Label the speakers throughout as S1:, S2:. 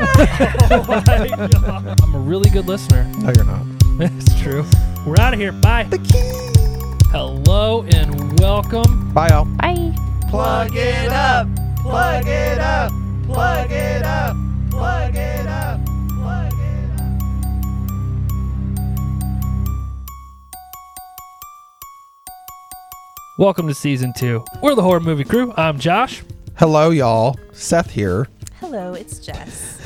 S1: oh my God. I'm a really good listener.
S2: No, you're not.
S1: That's true. We're out of here. Bye. Hello and welcome.
S2: Bye, y'all.
S3: Bye.
S2: Plug it up. Plug it up. Plug it up. Plug it up. Plug it up.
S1: Welcome to season two. We're the horror movie crew. I'm Josh.
S2: Hello, y'all. Seth here.
S3: Hello, it's Jess.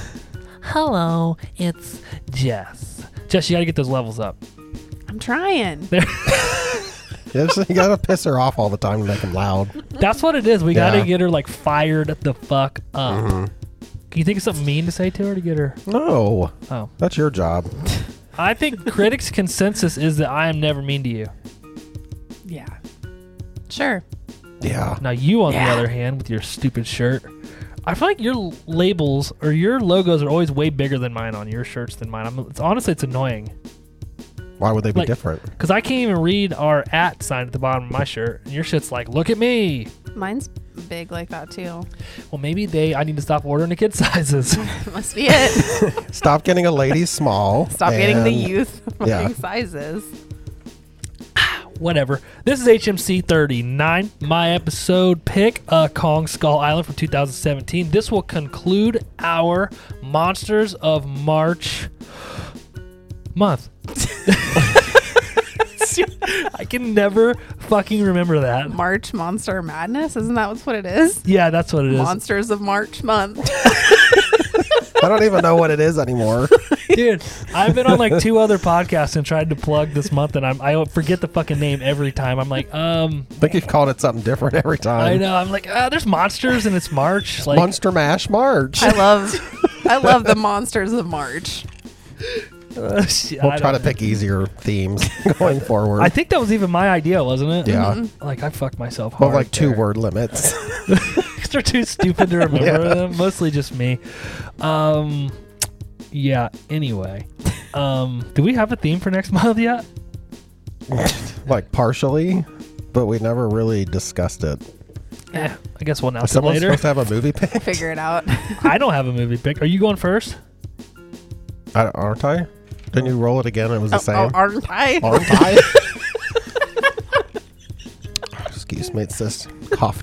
S1: Hello, it's Jess. Jess, you gotta get those levels up.
S4: I'm trying.
S2: You just- you gotta piss her off all the time to make them loud.
S1: That's what it is. We
S2: Yeah.
S1: gotta get her like fired the fuck up. Can you think of something mean to say to her to get her?
S2: No,
S1: Oh,
S2: that's your job.
S1: I think critics' consensus is that I am never mean to you.
S4: Yeah. Sure.
S2: Yeah.
S1: Now you, on the
S4: Yeah.
S1: other hand, with your stupid shirt, I feel like your l- labels or your logos are always way bigger than mine on your shirts than mine. I'm, it's honestly it's annoying
S2: Why would they be
S1: Like-
S2: different?
S1: because I can't even read our at sign at the bottom of my shirt, and your shit's like, look at me.
S4: Mine's big like that too.
S1: Well, maybe they. I need to stop ordering the kid sizes.
S4: Must be it.
S2: Stop getting a lady small.
S4: Stop getting the
S2: and-
S4: youth
S2: yeah.
S4: fucking sizes.
S1: Whatever. This is HMC 39, my episode pick, uh, Kong Skull Island from 2017. This will conclude our Monsters of March month. I can never fucking remember that.
S4: March Monster Madness. Isn't that what's what it is?
S1: Yeah, that's what it is.
S4: Monsters of March Month.
S2: I don't even know what it is anymore.
S1: Dude, I've been on like two other podcasts and tried to plug this month, and I'm, I forget the fucking name every time. I'm like, um,
S2: I think you've called it something different every
S1: I
S2: time.
S1: know. I'm like, ah, there's monsters and it's March. Like,
S2: Monster Mash March.
S4: I love I love the Monsters of March.
S1: uh, shit, I
S2: We'll
S1: don't
S2: try to
S1: know.
S2: pick easier themes going forward.
S1: I think that was even my idea, wasn't it?
S2: yeah.
S4: Mm-hmm.
S1: Like I fucked myself hard.
S2: Well, like two
S1: there.
S2: word limits.
S1: They're too stupid to remember
S2: Yeah.
S1: them. Mostly just me. Um, yeah. Anyway, um, do we have a theme for next month yet?
S2: like partially, but we never really discussed it.
S1: Yeah. I guess we'll
S2: Is
S1: announce it
S2: someone
S1: later.
S2: supposed to have a movie pick?
S4: Figure it out.
S1: I don't have a movie pick. Are you going first?
S2: I, aren't I? Didn't you roll it again? It was the
S4: Oh,
S2: same.
S4: aren't I?
S2: aren't I? Excuse me, it's this cough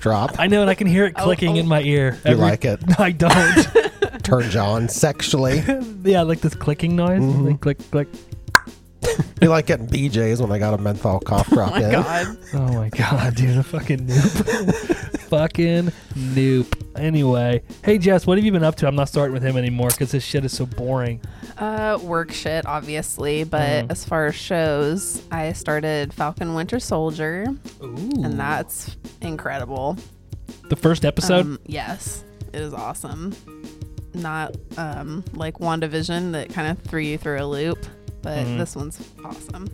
S2: drop.
S1: I know, and I can hear it
S4: Oh,
S1: clicking
S4: oh.
S1: in my ear.
S2: You like it?
S1: I don't.
S2: Turns you on sexually.
S1: yeah, like this clicking noise.
S2: Mm-hmm.
S1: Like, click, click.
S2: You like getting BJ's when they got a menthol cough drop
S4: Oh my
S2: in.
S4: god.
S1: Oh my god, dude, a fucking noob. fucking noob. Anyway, hey Jess, what have you been up to? I'm not starting with him anymore because this shit is so boring.
S4: Uh, work shit, obviously, but
S1: Mm.
S4: as far as shows, I started Falcon Winter Soldier,
S1: Ooh.
S4: and that's incredible.
S1: the first episode.
S4: Um, yes, it is awesome. Not um, like WandaVision that kind of threw you through a loop, but
S1: Mm-hmm.
S4: this one's awesome.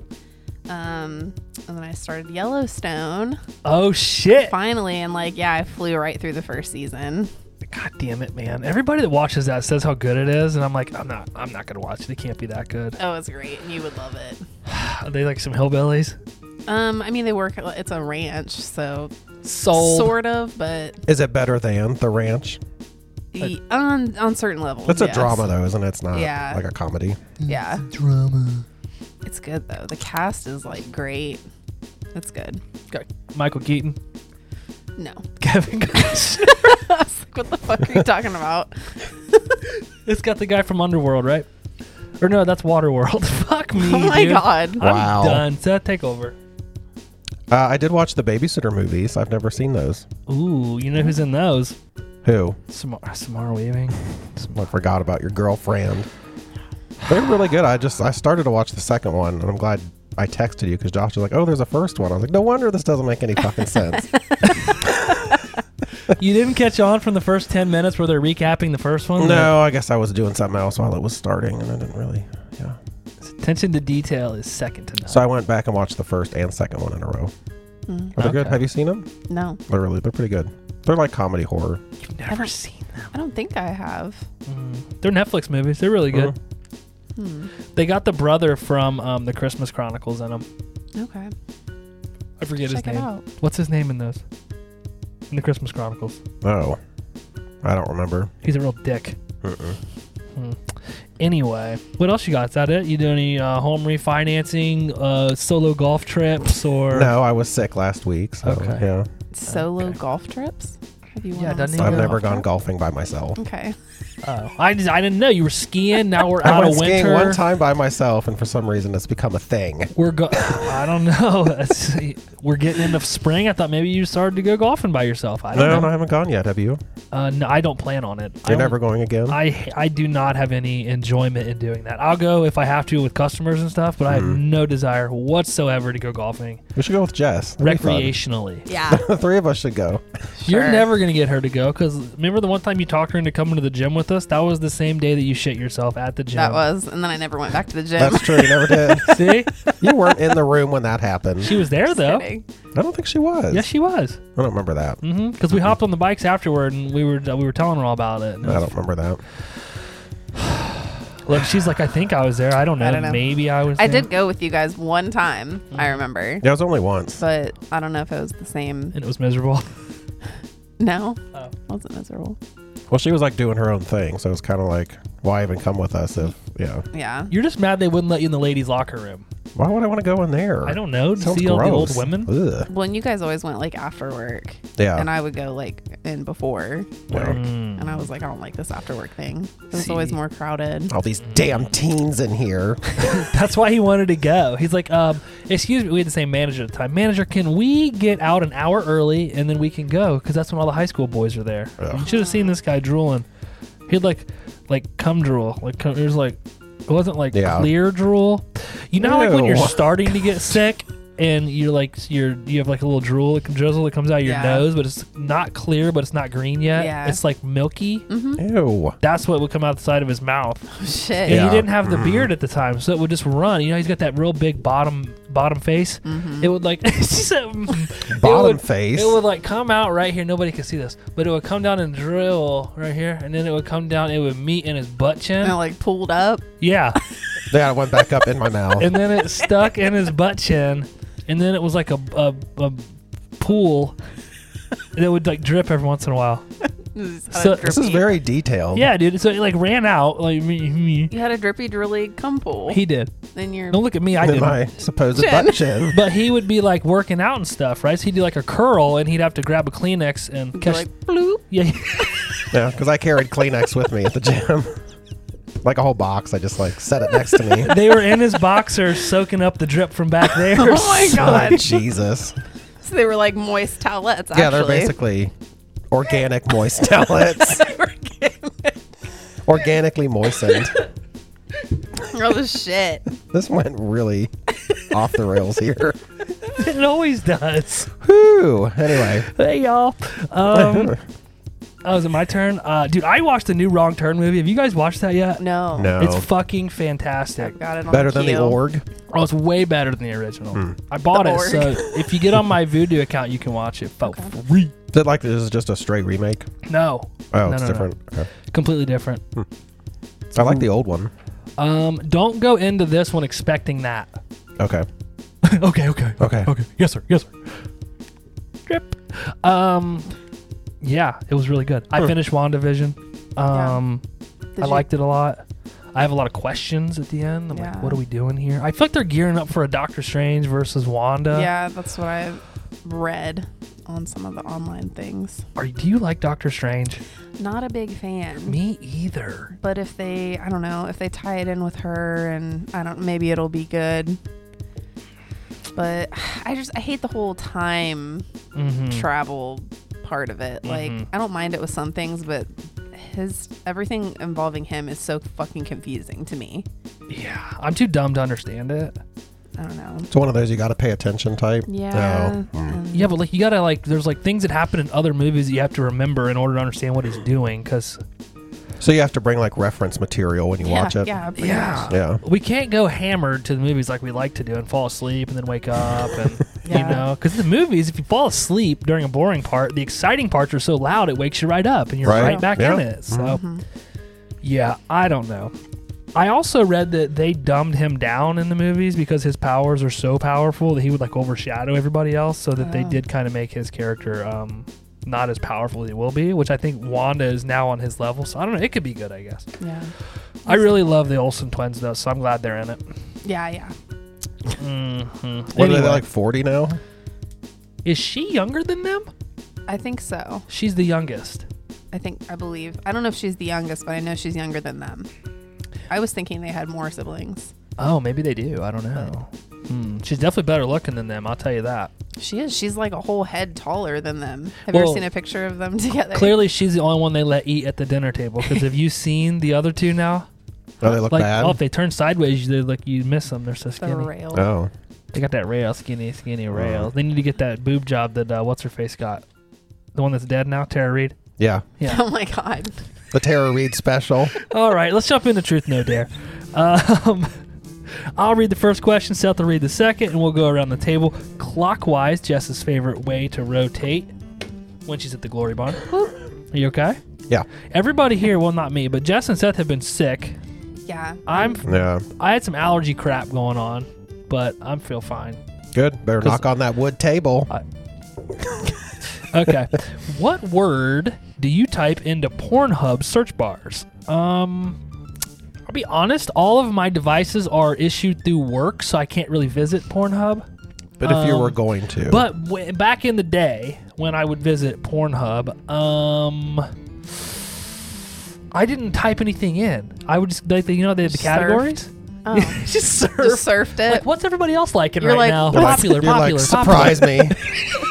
S4: Um, and then I started Yellowstone
S1: oh shit!
S4: finally, and like, yeah, I flew right through the first season.
S1: God damn it, man! Everybody that watches that says how good it is, and I'm like, I'm not, I'm not gonna watch it. It can't be that good.
S4: Oh, it's great, and you would love it.
S1: Are they like some hillbillies?
S4: Um, I mean, they work. At, it's a ranch, so
S1: Sold.
S4: sort of, but
S2: Is it better than The Ranch?
S4: Ye- on on certain levels.
S2: It's a
S4: yes.
S2: drama though, isn't it? It's not
S4: Yeah.
S2: like a comedy.
S4: Yeah,
S1: Drama.
S4: it's good though. The cast is like great. It's good.
S1: Got Michael Keaton,
S4: No,
S1: Kevin. Costner.
S4: I was like, what the fuck are you talking about?
S1: it's got the guy from Underworld, right? Or no, that's Waterworld. Fuck me.
S4: Oh my
S1: dude. Uh,
S4: god.
S1: I'm
S2: Wow.
S1: done. Seth, take over.
S2: Uh, I did watch the babysitter movies. I've never seen those.
S1: Ooh, you know who's in those?
S2: Who?
S1: Samar, Samar Weaving.
S2: I forgot about your girlfriend. They're really good. I just I started to watch the second one, and I'm glad I texted you because Josh was like, "Oh, there's a first one." I was like, "No wonder this doesn't make any fucking sense."
S1: you didn't catch on from the first 10 minutes where they're recapping the first one?
S2: No, I guess I was doing something else while it was starting, and I didn't really. Yeah.
S1: The attention to detail is second to none.
S2: So I went back and watched the first and second one in a row.
S4: Mm.
S2: Are they good?
S1: Okay.
S2: Have you seen them?
S4: No,
S2: They're really, they're pretty good. They're like comedy horror.
S1: You've
S4: I
S1: never
S4: don't-
S1: seen
S4: I don't think I have.
S1: them. They're Netflix movies. They're really good.
S2: Uh-huh.
S4: Hmm.
S1: They got the brother from um, the Christmas Chronicles in them.
S4: Okay,
S1: I forget
S4: check
S1: his name.
S4: it out.
S1: What's his name in those? In the Christmas Chronicles.
S2: Oh, I don't remember.
S1: He's a real dick.
S2: Mm-mm.
S1: Anyway, what else you got? Is that it? You do any uh, home refinancing, uh, solo golf trips, or
S2: No, I was sick last week, so
S1: Okay.
S2: yeah,
S4: Solo
S1: Okay.
S4: golf trips. Have you?
S1: Yeah,
S4: went on
S1: doesn't
S4: a
S1: he
S2: I've
S1: go
S4: solo
S2: never
S4: golf
S2: gone
S4: trip?
S2: golfing by myself.
S4: Okay,
S1: Oh, I, just- I didn't know you were skiing. Now we're
S2: I
S1: out
S2: went
S1: of
S2: skiing
S1: winter.
S2: one time by myself, and for some reason, it's become a thing.
S1: We're go. I don't know. That's, we're getting into spring. I thought maybe you started to go golfing by yourself. I
S2: No,
S1: don't
S2: no, I
S1: know.
S2: haven't gone yet. Have you?
S1: Uh, no, I don't plan on it. I don't-
S2: You're never going again.
S1: I I do not have any enjoyment in doing that. I'll go if I have to with customers and stuff, but I have
S2: Mm-hmm.
S1: no desire whatsoever to go golfing
S2: we should go with Jess. That'd be fun.
S1: recreationally.
S4: yeah,
S2: The three of us should go.
S1: You're
S4: Sure.
S1: never gonna get her to go because remember the one time you talked her into coming to the gym with us. That was the same day that you shit yourself at the gym.
S4: that was, and then I never went back to the gym.
S2: That's true. You never did.
S1: See,
S2: You weren't in the room when that happened.
S1: she was there though.
S4: Kidding.
S2: I don't think she was.
S1: Yes, she was.
S2: I don't remember that.
S1: Mm-hmm. Because we hopped on the bikes afterward and we were we were telling her all about it. And it
S2: I
S1: was
S2: don't remember that.
S1: Look, she's like, I think I was there. I don't know.
S4: I don't know.
S1: Maybe I was.
S4: I
S1: there."
S4: did go with you guys one time.
S1: Mm.
S4: I remember,
S2: Yeah, it was only once.
S4: but I don't know if it was the same.
S1: and it was miserable.
S4: No,
S1: Oh.
S4: wasn't miserable.
S2: Well, she was like doing her own thing, so it was kind of like, why even come with us if yeah?
S4: Yeah,
S1: You're just mad they wouldn't let you in the ladies' locker room.
S2: Why would I want to go in there?
S1: I don't know. to
S2: Sounds
S1: see
S2: gross.
S1: all the old women.
S2: Ugh.
S4: Well, and you guys always went like after work,
S2: Yeah. Hmm.
S4: and I would go like in before,
S2: yeah.
S1: Mm.
S4: and I was like, I don't like this after work thing. It was always
S1: See.
S4: more crowded.
S2: All these damn teens in here.
S1: That's why he wanted to go. He's like, um, excuse me. We had the same manager at the time. Manager, can we get out an hour early and then we can go? Because that's when all the high school boys are there.
S2: Ugh.
S1: You should have seen this guy drooling. He'd like, like cum drool. Like cum, it was like, it wasn't like
S2: Yeah.
S1: clear drool. You know, how, like when you're
S2: Ew.
S1: starting to get sick and you're like, you're you have like a little drool that drizzle that comes out of your
S4: Yeah.
S1: nose, but it's not clear, but it's not green yet.
S4: Yeah. Mm-hmm.
S1: It's like milky.
S2: Ew.
S1: That's what would come out the side of his mouth.
S4: Shit.
S1: And
S2: Oh, Yeah.
S1: he didn't have the beard at the time, so it would just run. You know, he's got that real big bottom bottom face. It would like she said, mm. It
S2: Bottom
S1: would-
S2: face.
S1: It would like come out right here. Nobody could see this, but it would come down and drill right here, and then it would come down. It would meet in his butt chin.
S4: And it like pulled up.
S1: Yeah,
S2: yeah, it went back up in my mouth.
S1: and then it stuck in his butt chin, and then it was like a a, a pool. And it would like drip every once in a while. So-
S4: So,
S2: this is very detailed.
S1: Yeah, dude. So it like ran out. Like me, me.
S4: You had a drippy drilly cum pool.
S1: he did.
S4: then you're.
S1: Don't look at me. I
S2: In
S1: did.
S2: my supposed
S4: Chin.
S2: butt chin.
S1: But he would be like working out and stuff, right? So he'd do like a curl and he'd have to grab a Kleenex and
S4: you're
S1: catch.
S4: like bloop.
S1: yeah,
S2: Yeah, because I carried Kleenex with me at the gym. like a whole box. I just like set it next to me.
S1: they were in his boxer soaking up the drip from back there.
S4: Oh my
S2: Oh,
S4: god!
S2: Jesus.
S4: so they were like moist towelettes. Actually.
S2: Yeah, they're basically organic moist pellets. Organically moistened.
S4: oh shit.
S2: This went really off the rails here.
S1: it always does.
S2: Whew. Anyway.
S1: Hey y'all. Um, oh, is it my turn? Uh, dude, I watched the new Wrong Turn movie. Have you guys watched that yet?
S4: No.
S2: no.
S1: It's fucking fantastic.
S4: I've got it on
S2: Better than the
S4: cue.
S2: org.
S1: Oh, it's way better than the original.
S2: Hmm.
S1: I bought
S4: The
S1: it,
S4: org.
S1: so if you get on my Voodoo account, you can watch it for free.
S2: Did like this is just a straight remake?
S1: No,
S2: Oh,
S1: No,
S2: it's
S1: no, no.
S2: different. Hmm. Okay.
S1: completely different.
S2: I like the old one.
S1: Um, don't go into this one expecting that.
S2: Okay.
S1: okay, okay,
S2: Okay.
S1: okay. Yes, sir. Yes, sir. Drip. Um, yeah, it was really good. I finished Wandavision. Um,
S4: Did
S1: I
S4: you-
S1: liked it a lot. I have a lot of questions at the end. I'm
S4: Yeah.
S1: like, what are we doing here? I feel like they're gearing up for a Doctor Strange versus Wanda.
S4: yeah, that's what I read on some of the online things.
S1: Are, do you like Doctor Strange?
S4: Not a big fan.
S1: Me either.
S4: But if they, I don't know, if they tie it in with her, and I don't, maybe it'll be good. But I just, I hate the whole time
S1: Mm-hmm.
S4: travel part of it.
S1: Mhm.
S4: Like, I don't mind it with some things, but his everything involving him is so fucking confusing to me.
S1: Yeah, I'm too dumb to understand it.
S4: I don't know.
S2: It's one of those you got to pay attention type.
S4: Yeah.
S2: Oh. Mm.
S4: and-
S1: Yeah, but like you gotta like there's like things that happen in other movies that you have to remember in order to understand what he's doing because
S2: So you have to bring like reference material when you
S4: yeah,
S2: watch it.
S4: Yeah. pretty
S1: yeah.
S4: much.
S2: Yeah.
S1: we can't go hammered to the movies like we like to do and fall asleep and then wake up and
S4: Yeah.
S1: you know because the movies if you fall asleep during a boring part the exciting parts are so loud it wakes you right up and you're
S2: Right.
S1: right, back
S2: Yeah. Mm-hmm.
S1: in it so yeah I don't know I also read that they dumbed him down in the movies because his powers are so powerful that he would like overshadow everybody else so that they
S4: Oh.
S1: did kind of make his character um not as powerful as he will be, which I think Wanda is now on his level. So I don't know. It could be good, I guess.
S4: Yeah.
S1: I really love the Olsen twins, though, so I'm glad they're in it.
S4: Yeah. Yeah.
S1: Mm-hmm.
S2: What are they like 40 now?
S1: Is she younger than them?
S4: I think so.
S1: She's the youngest.
S4: I think I believe. I don't know if she's the youngest, but I know she's younger than them. I was thinking they had more siblings.
S1: Oh, maybe they do. I don't know. Hmm. She's definitely better looking than them. I'll tell you that.
S4: She is. She's like a whole head taller than them. Have you
S1: Well,
S4: ever seen a picture of them together?
S1: Clearly, she's the only one they let eat at the dinner table. Because have you seen the other two now?
S2: Oh, they look
S1: like,
S2: bad.
S1: oh, if they turn sideways, they look you miss them. They're so
S4: the
S1: skinny.
S4: rail.
S2: Oh.
S1: They got that rail, skinny, skinny rail. They need to get that boob job that uh, what's her face got, the one that's dead now, Tara Reid.
S2: Yeah.
S1: Yeah.
S4: Oh my god.
S2: The Tara Reed special.
S1: All right, let's jump into truth, no dare. Um, I'll read the first question, Seth will read the second, and we'll go around the table clockwise. Jess's favorite way to rotate when she's at the glory barn. Are you okay?
S2: Yeah.
S1: Everybody here, well, not me, but Jess and Seth have been sick.
S4: Yeah.
S1: I'm
S2: Yeah.
S1: I had some allergy crap going on, but I'm feel fine.
S2: Good. Better knock on that wood table.
S1: Okay, what word do you type into Pornhub search bars? Um. I'll be honest, all of my devices are issued through work, so I can't really visit Pornhub.
S2: But if you
S1: Um,
S2: were going to.
S1: But w- back in the day, when I would visit Pornhub, um, I didn't type anything in. I would just like you know they have the
S4: Surfed.
S1: categories.
S4: Oh.
S1: just surf.
S4: Just surfed it.
S1: like what's everybody else liking
S4: You're
S1: right
S4: like,
S1: now?
S4: You're
S2: like-
S1: popular,
S2: you're
S1: popular,
S2: like,
S1: popular.
S2: surprise me.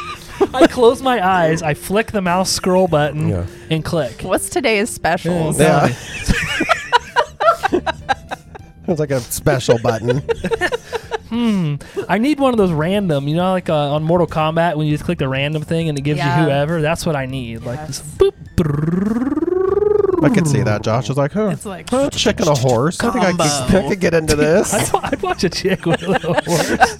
S1: I close my eyes, I flick the mouse scroll button,
S2: Yeah.
S1: and click.
S4: What's today's specials?
S2: yeah. it's like a special button.
S1: I need one of those random, you know, like uh, on Mortal Kombat when you just click the random thing and it gives
S4: Yeah.
S1: you whoever. That's what I need. Like this
S4: Yes.
S1: boop.
S2: I could see that. Josh was like, huh.
S4: It's like
S2: huh, chick and a horse. I think I could, I could get into this.
S1: I'd, wa- I'd watch a chick with a little horse.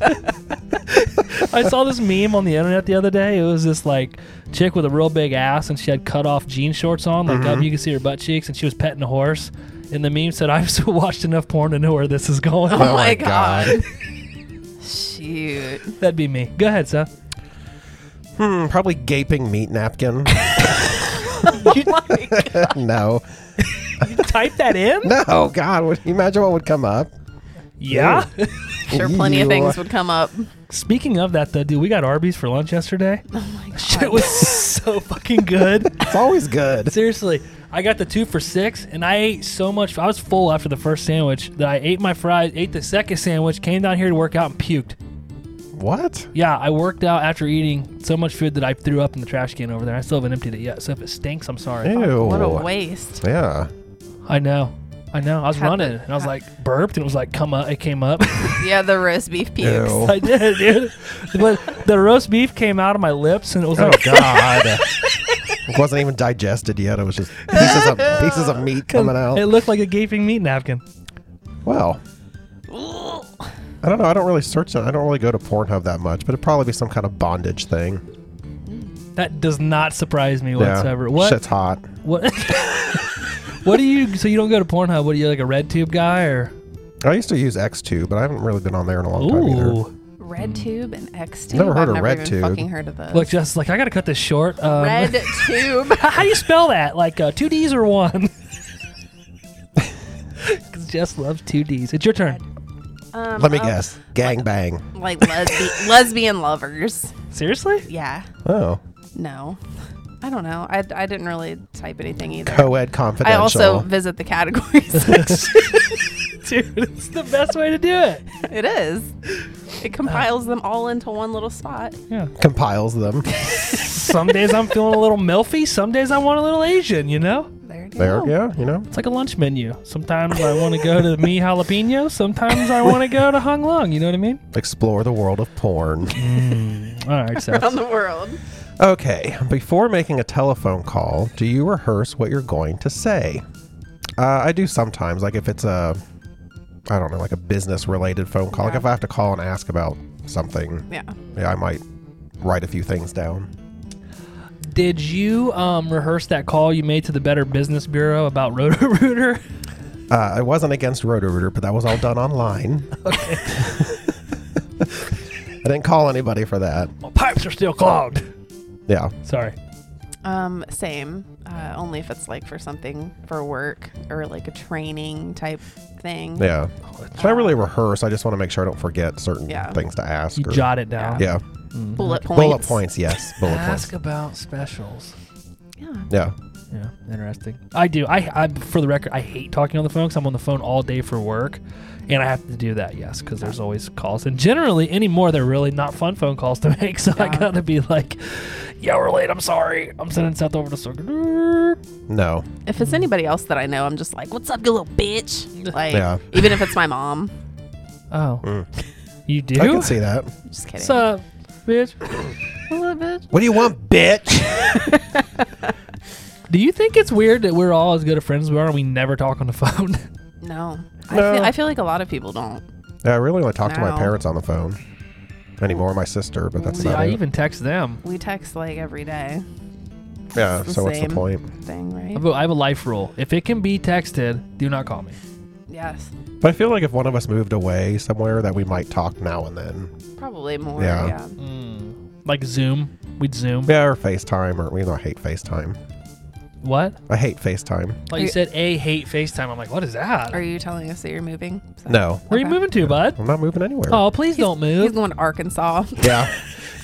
S1: I saw this meme on the internet the other day. It was this like chick with a real big ass, and she had cut off jean shorts on, like up. You could see her butt cheeks, and she was petting a horse. And the meme said, "I've watched enough porn to know where this is going."
S4: Oh my God. shoot.
S1: That'd be me. Go ahead, Seth.
S2: Hmm, probably gaping meat napkin. no.
S1: Type that in.
S2: No, God, would you imagine what would come up?
S1: Yeah.
S4: Sure plenty
S2: You-
S4: of things would come up.
S1: Speaking of that, though, dude, we got Arby's for lunch yesterday.
S4: Oh my god.
S1: Shit was so fucking good.
S2: It's always good.
S1: Seriously, I got the two for six, and I ate so much. I was full after the first sandwich that I ate my fries, ate the second sandwich, came down here to work out, and puked.
S2: What?
S1: Yeah, I worked out after eating so much food that I threw up in the trash can over there. I still haven't emptied it yet, so if it stinks, I'm sorry.
S2: Ew.
S4: what a waste.
S2: Yeah.
S1: I know, I know. I was
S4: Had the-
S1: running, and I was like burped, and it was like come up. It came up.
S4: Yeah, the roast beef pukes.
S2: Ew.
S1: I did, dude. But the roast beef came out of my lips, and it was
S2: Oh
S1: like
S2: God. it wasn't even digested yet. It was just pieces of pieces of meat coming
S1: it
S2: out.
S1: looked like a gaping meat napkin.
S2: Well. I don't know. I don't really search it. I don't really go to Pornhub that much, but it'd probably be some kind of bondage thing.
S1: That does not surprise me
S2: Yeah.
S1: whatsoever. What?
S2: Shit's hot.
S1: What? what do you? So you don't go to Pornhub? What are you like a red tube guy or?
S2: I used to use X2, but I haven't really been on there in a long time either.
S1: Ooh,
S4: Red tube and X tube.
S2: Never heard
S4: I've
S2: of
S4: never
S2: Red
S4: even
S2: Tube.
S4: Fucking heard of those.
S1: look, just like I gotta cut this short. Um,
S4: Red tube.
S1: How, how do you spell that? Like uh, two D's or one? Because Jess loves two D's. It's your turn.
S4: Um,
S2: Let me
S4: um,
S2: guess. Gang bang.
S4: Like lesbi- lesbian lovers.
S1: Seriously?
S4: Yeah.
S2: Oh.
S4: No. I don't know. I, I didn't really type anything either.
S2: Co-ed
S4: I
S2: confidential.
S4: also visit the categories section.
S1: Dude, it's the best way to do it.
S4: it is.
S2: Uh.
S4: It compiles them all into one little spot.
S1: Yeah.
S2: compiles them.
S1: Some days I'm feeling a little milfy. Some days I want a little Asian. You know.
S4: There you
S2: They are,
S4: go.
S2: yeah, you know.
S1: It's like a lunch menu. Sometimes I want to go to Mi Jalapeno. Sometimes I want to go to Hung Lung. You know what I mean?
S2: Explore the world of porn.
S1: All right, Seth.
S4: Around the world.
S2: Okay, before making a telephone call, do you rehearse what you're going to say? Uh, I do sometimes, like if it's a, I don't know, like a business related phone call. Like
S4: Yeah.
S2: if I have to call and ask about something,
S4: Yeah.
S2: yeah, I might write a few things down.
S1: Did you um, rehearse that call you made to the Better Business Bureau about Roto Rooter?
S2: Uh, I wasn't against Roto-Rooter, but that was all done online. okay. I didn't call anybody for that.
S1: My pipes are still clogged.
S2: Yeah.
S1: Sorry.
S4: Um, same. Uh, only if it's like for something for work or like a training type thing.
S2: Yeah. Should I really rehearse? I just want to make sure I don't forget certain
S4: Yeah.
S2: things to ask.
S1: You
S2: or-
S1: jot it down. Mm-hmm.
S2: yeah.
S4: Bullet points.
S2: Bullet points, yes. Bullet points.
S1: Ask about specials.
S4: Yeah.
S2: Yeah.
S1: Yeah, interesting. I do. I, I for the record, I hate talking on the phone because I'm on the phone all day for work, and I have to do that. Yes, because there's always calls, and generally anymore they're really not fun phone calls to make. So I
S4: Yeah.
S1: gotta be like, "Yeah, we're late. I'm sorry. I'm sending Seth over to Circle."
S2: No.
S4: If it's anybody else that I know, I'm just like, what's up, you little bitch? Like,
S2: Yeah.
S4: even if it's my mom.
S1: Oh,
S2: Mm.
S1: you do?
S2: I can see that.
S4: Just kidding.
S1: What's up, bitch?
S2: What do you want, bitch?
S1: Do you think it's weird that we're all as good of friends as we are and we never talk on the phone?
S4: no.
S2: No.
S4: I, feel, I feel like a lot of people don't.
S2: yeah, I really only talk to my
S4: No.
S2: parents on the phone anymore. My sister, but that's
S1: See,
S2: not
S1: I
S2: it.
S1: even text them.
S4: We text like every day
S2: yeah.
S4: it's the
S2: So what's the
S4: same.
S2: point?
S4: thing,
S1: I
S4: right?
S1: have a- I have a life rule: if it can be texted, do not call me.
S4: Yes.
S2: But I feel like if one of us moved away somewhere, that we might talk now and then.
S4: Probably more.
S2: Yeah.
S4: Yeah.
S1: Mm. Like Zoom, we'd Zoom.
S2: Yeah, or FaceTime, or we know I hate FaceTime.
S1: What?
S2: I hate FaceTime.
S1: Like you said, a hate FaceTime. I'm like, what is that?
S4: Are you telling us that you're moving? So-
S2: No,
S1: Where are you
S4: okay.
S1: moving to, bud?
S2: I'm not moving anywhere.
S1: Oh, please don't
S4: He's
S1: move,
S4: going to Arkansas.
S2: Yeah,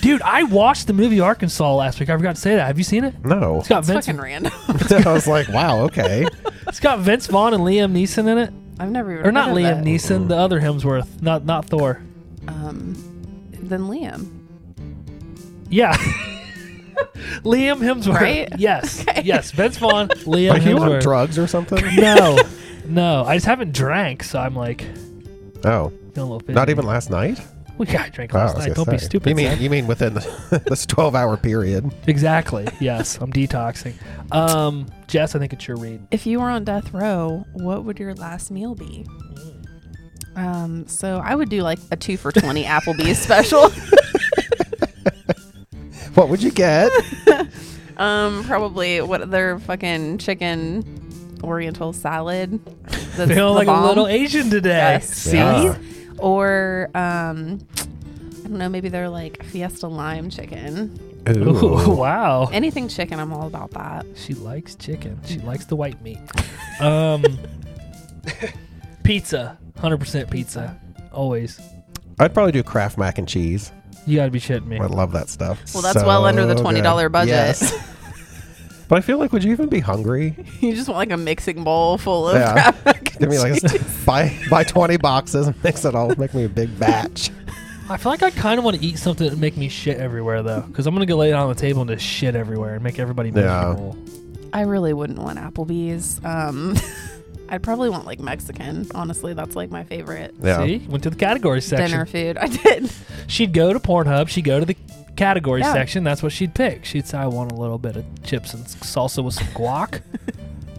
S1: dude. I watched the movie Arkansas last week. I forgot to say that. Have you seen it?
S2: no.
S1: It's got
S4: It's
S1: Vince.
S4: fucking random.
S2: I was like, wow, okay.
S1: It's got Vince Vaughn and Liam Neeson in it,
S4: I've never even
S1: or not
S4: heard
S1: Liam
S4: of that.
S1: Neeson, the other Hemsworth, not not Thor.
S4: Um, then Liam.
S1: Yeah. Liam Hemsworth.
S4: Right?
S1: Yes.
S4: Okay.
S1: Yes. Vince Vaughn, Liam
S2: Like you on
S1: Hemsworth.
S2: drugs or something?
S1: no. No. I just haven't drank, so I'm like feeling
S2: Oh,
S1: a little bit.
S2: not even last night.
S1: We got drank
S2: Wow, I
S1: last
S2: was
S1: night.
S2: gonna
S1: Don't be
S2: say.
S1: stupid.
S2: You mean
S1: Zach.
S2: you mean within the, this 12-hour period?
S1: Exactly. Yes. I'm detoxing. Um, Jess, I think it's your read.
S4: If you were on death row, what would your last meal be? Um, so I would do like a two for twenty Applebee's special.
S2: What would you get?
S4: Um, probably what their fucking chicken Oriental salad. That's the
S1: Feeling like
S4: bomb.
S1: a little Asian today.
S4: Yes.
S1: See?
S2: Yeah.
S4: or um, I don't know, maybe they're like Fiesta lime chicken.
S1: Ooh,
S2: Ooh.
S1: wow.
S4: Anything chicken, I'm all about that.
S1: She likes chicken. She
S4: Mm.
S1: likes the white meat. Um, pizza. 100% pizza. Always.
S2: I'd probably do Kraft mac and cheese.
S1: You gotta be shitting me.
S2: I love that stuff.
S4: Well, that's well under the
S2: So
S4: twenty
S2: good.
S4: dollar budget.
S2: Yes. But I feel like, would you even be hungry?
S4: you just want like a mixing bowl full of
S2: Yeah.
S4: crap.
S2: Give me like buy buy twenty boxes and mix it all. Make me a big batch.
S1: I feel like I kind of want to eat something that make me shit everywhere though, because I'm gonna go lay down on the table and just shit everywhere and make everybody
S2: Yeah.
S1: miserable.
S4: I really wouldn't want Applebee's. Um, I'd probably want like Mexican. Honestly, that's like my favorite
S2: Yeah.
S1: See, went to the category section.
S4: dinner food. I did.
S1: She'd go to Pornhub. She'd go to the category
S4: Yeah.
S1: section. That's what she'd pick. She'd say, "I want a little bit of chips and s- salsa with some guac.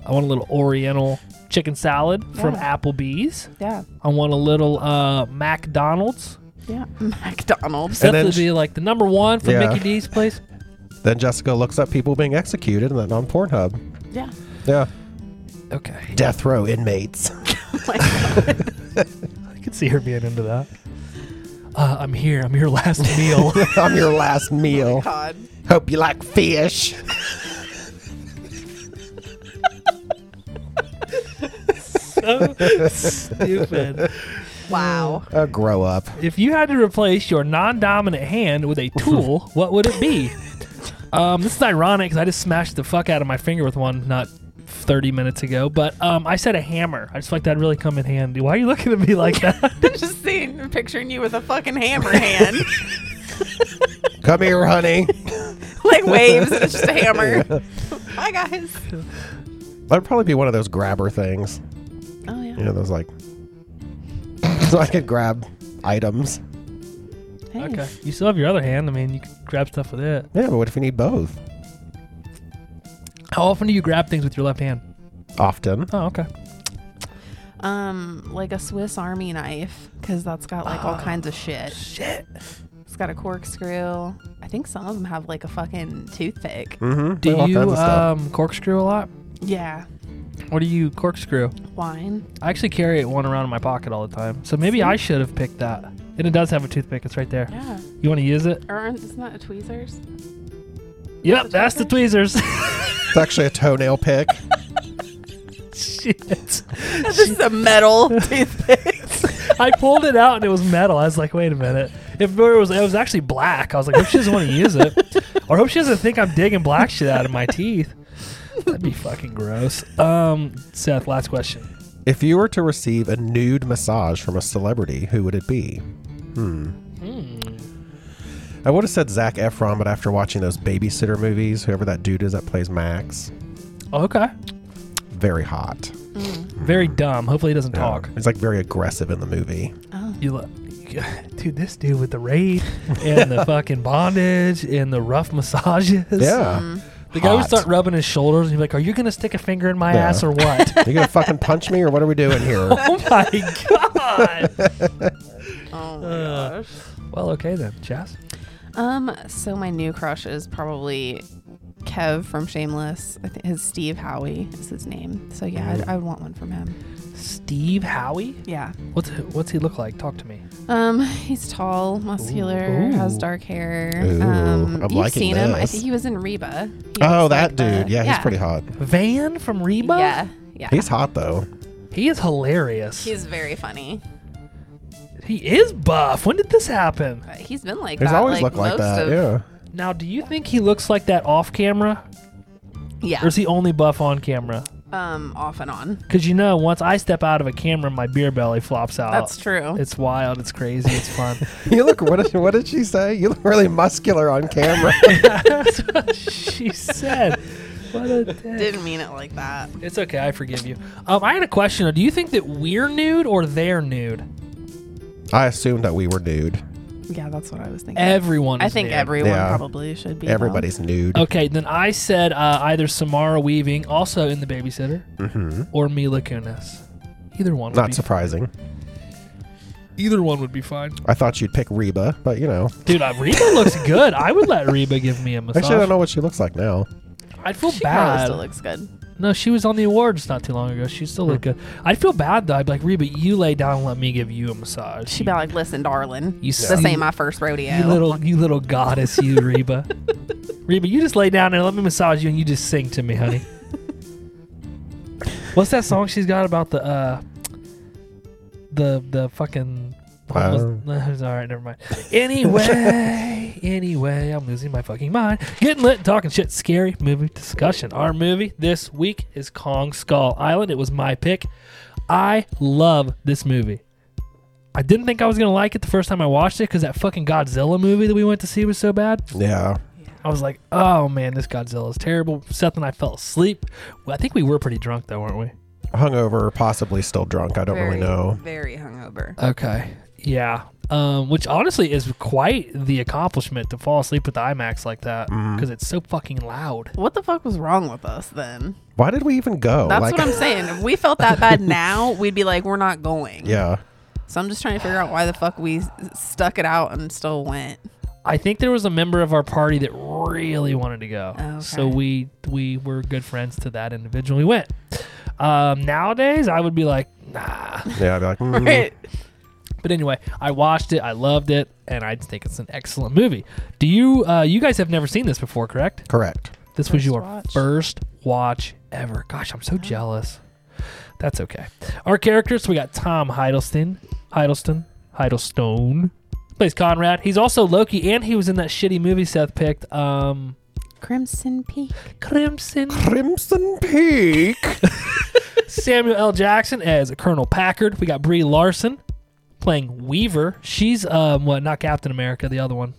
S1: I want a little Oriental chicken salad from
S4: Yeah.
S1: Applebee's.
S4: Yeah,
S1: I want a little uh, McDonald's."
S4: yeah. McDonald's.
S1: Seth
S2: then
S1: would
S2: sh-
S1: be like the number one for
S2: Yeah.
S1: Mickey D's place.
S2: Then Jessica looks up people being executed and then on Pornhub.
S4: Yeah.
S2: Yeah.
S1: Okay,
S2: Death row inmates.
S1: I could see her being into that. Uh, I'm here. I'm your last meal.
S2: I'm your last meal.
S4: God.
S2: Hope you like fish.
S1: so stupid.
S4: Wow.
S2: Uh, grow up.
S1: If you had to replace your non-dominant hand with a tool, what would it be? Um, this is ironic because I just smashed the fuck out of my finger with one not 30 minutes ago. But um, I said a hammer. I just feel like that'd really come in handy. Why are you looking at me like that?
S2: Mm.
S4: just seeing, picturing you with a fucking hammer hand,
S2: Come here, honey.
S4: like waves, and it's just a hammer. Hi guys.
S2: That'd probably be one of those grabber things.
S4: Oh yeah.
S2: You know, those like. so I could grab items.
S4: Hey.
S1: Okay. You still have your other hand. I mean, you can grab stuff with it.
S2: Yeah, but what if we need both?
S1: How often do you grab things with your left hand?
S2: Often.
S1: Oh, okay.
S4: Um, like a Swiss Army knife, because that's got like all kinds of Oh, shit.
S1: Shit.
S4: It's got a corkscrew. I think some of them have like a fucking toothpick.
S2: Mm-hmm.
S1: Do you um, corkscrew a lot?
S4: Yeah,
S1: What do you corkscrew?
S4: wine.
S1: I actually carry one around in my pocket all the time. So maybe I should have picked that. And it does have a toothpick. It's right there.
S4: Yeah,
S1: You want to use it?
S4: or aren't- isn't that a tweezers?
S1: Yep, that's the tweezers.
S2: It's actually a toenail pick.
S1: Shit.
S4: this is a metal toothpick.
S1: I pulled it out and it was metal. I was like, wait a minute. If it was, it was actually black. I was like, hope she doesn't want to use it, or hope she doesn't think I'm digging black shit out of my teeth. That'd be fucking gross. Um, Seth, last question.
S2: if you were to receive a nude massage from a celebrity, who would it be? Hmm. I would have said Zach Efron, but after watching those babysitter movies, whoever that dude is that plays Max,
S1: Okay.
S2: very hot.
S1: Very dumb. Hopefully he doesn't talk.
S2: He's like very aggressive in the movie.
S1: You look, dude. This dude with the raid and the fucking bondage and the rough massages.
S2: Yeah.
S1: The guy would
S2: Hot.
S1: start rubbing his shoulders and he'd be like, "Are you gonna stick a finger in my
S2: Yeah.
S1: ass or what?"
S2: You gonna fucking punch me or what are we doing here?
S1: oh my god.
S4: oh my
S1: Uh.
S4: gosh.
S1: well, okay then, Jess.
S4: Um, so my new crush is probably Kev from Shameless. I think his Steve Howie is his name. So yeah,
S1: Mm.
S4: I'd, I would want one from him.
S1: Steve Howie.
S4: Yeah.
S1: What's what's he look like? Talk to me.
S4: Um, he's tall, muscular,
S1: Ooh.
S4: has dark hair.
S2: Ooh, I'm
S4: um, you've
S2: liking
S4: seen him. I
S2: this.
S4: think he was in Reba. He
S2: Oh,
S4: looks
S2: that
S4: like uh, the-
S2: dude. Yeah, he's pretty hot.
S1: Van from Reba.
S4: Yeah, yeah.
S2: He's hot though.
S1: He is hilarious.
S4: He's very funny.
S1: he is buff. When did this happen?
S4: But he's been like
S2: He's
S4: that.
S2: always
S4: like
S2: looked like
S4: most
S2: that.
S4: Of,
S2: yeah.
S1: Now, do you think he looks like that off camera,
S4: yeah.
S1: or is he only buff on camera?
S4: Um, off and on.
S1: Because you know, once I step out of a camera, my beer belly flops
S2: Uh,
S1: out.
S4: That's true.
S1: It's wild. It's crazy. It's fun.
S2: You look what did, what did she say? You look really muscular on camera.
S1: That's what she said. What a dick.
S4: Didn't mean it like that.
S1: It's okay. I forgive you. Um, I had a question. Do you think that we're nude or they're nude?
S2: I assumed that we were nude.
S4: Yeah, that's what I was thinking.
S1: Everyone.
S4: I
S1: is
S4: think
S1: nude.
S4: everyone
S2: Yeah.
S4: probably should be. though.
S2: Everybody's nude.
S1: Okay, then I said uh, either Samara Weaving, also in The Babysitter, or Mila Kunis. Either one. Would
S2: Mm-hmm. Not
S1: be,
S2: surprising.
S1: Either one would be fine.
S2: I thought you'd pick Reba, but you know,
S1: Dude, uh, Reba looks good. I would let Reba give me a massage.
S2: actually, I don't know what she looks like now.
S1: I'd feel
S4: She probably
S1: bad.
S4: still looks good.
S1: no, she was on the awards not too long ago. She still
S2: Hmm.
S1: looked good. I'd feel bad though. I'd be like, Reba, you lay down. and Let me give you a massage.
S4: She'd
S1: You-
S4: be like, "Listen, darling,
S1: You
S4: this
S1: silly-
S4: ain't my first rodeo."
S1: You little, you little goddess, you Reba. Reba, you just lay down and let me massage you, and you just sing to me, honey. What's that song she's got about the uh, the the fucking? homeless-
S2: Wow.
S1: No, it's all right, never mind. Anyway, anyway, I'm losing my fucking mind. Getting lit, talking shit, scary movie discussion. Our movie this week is Kong Skull Island. It was my pick. I love this movie. I didn't think I was gonna like it the first time I watched it because that fucking Godzilla movie that we went to see was so bad.
S2: Yeah.
S1: I was like, oh man, this Godzilla is terrible. Seth and I fell asleep. Well, I think we were pretty drunk though, weren't we?
S2: Hungover or possibly still drunk. I don't
S4: very,
S2: really know.
S4: Very hungover.
S1: Okay. Yeah. Um, which honestly is quite the accomplishment to fall asleep with the IMAX like that because it's so fucking loud.
S4: What the fuck was wrong with us then?
S2: Why did we even go?
S4: That's what I'm saying. If we felt that bad now, we'd be like, "We're not going."
S2: Yeah.
S4: So I'm just trying to figure out why the fuck we s- stuck it out and still went.
S1: I think there was a member of our party that really wanted to go.
S4: Okay.
S1: So we we were good friends to that individual. We went. Um, nowadays, I would be like, nah.
S2: Yeah. I'd be like, mm.
S1: But anyway, I watched it. I loved it, and I think it's an excellent movie. Do you? Uh, you guys have never seen this before, correct?
S2: correct.
S1: This was
S4: First
S1: your
S4: watch.
S1: first watch ever. Gosh, I'm so jealous. That's okay. Our characters. We got Tom Hiddleston, Hiddleston, Hiddlestone. Plays Conrad. He's also Loki, and he was in that shitty movie Seth picked. Um,
S4: Crimson Peak.
S1: Crimson.
S2: Crimson Peak.
S1: Samuel L. Jackson as Colonel Packard. We got Brie Larson playing Weaver. She's um, what? Not Captain America. The other one.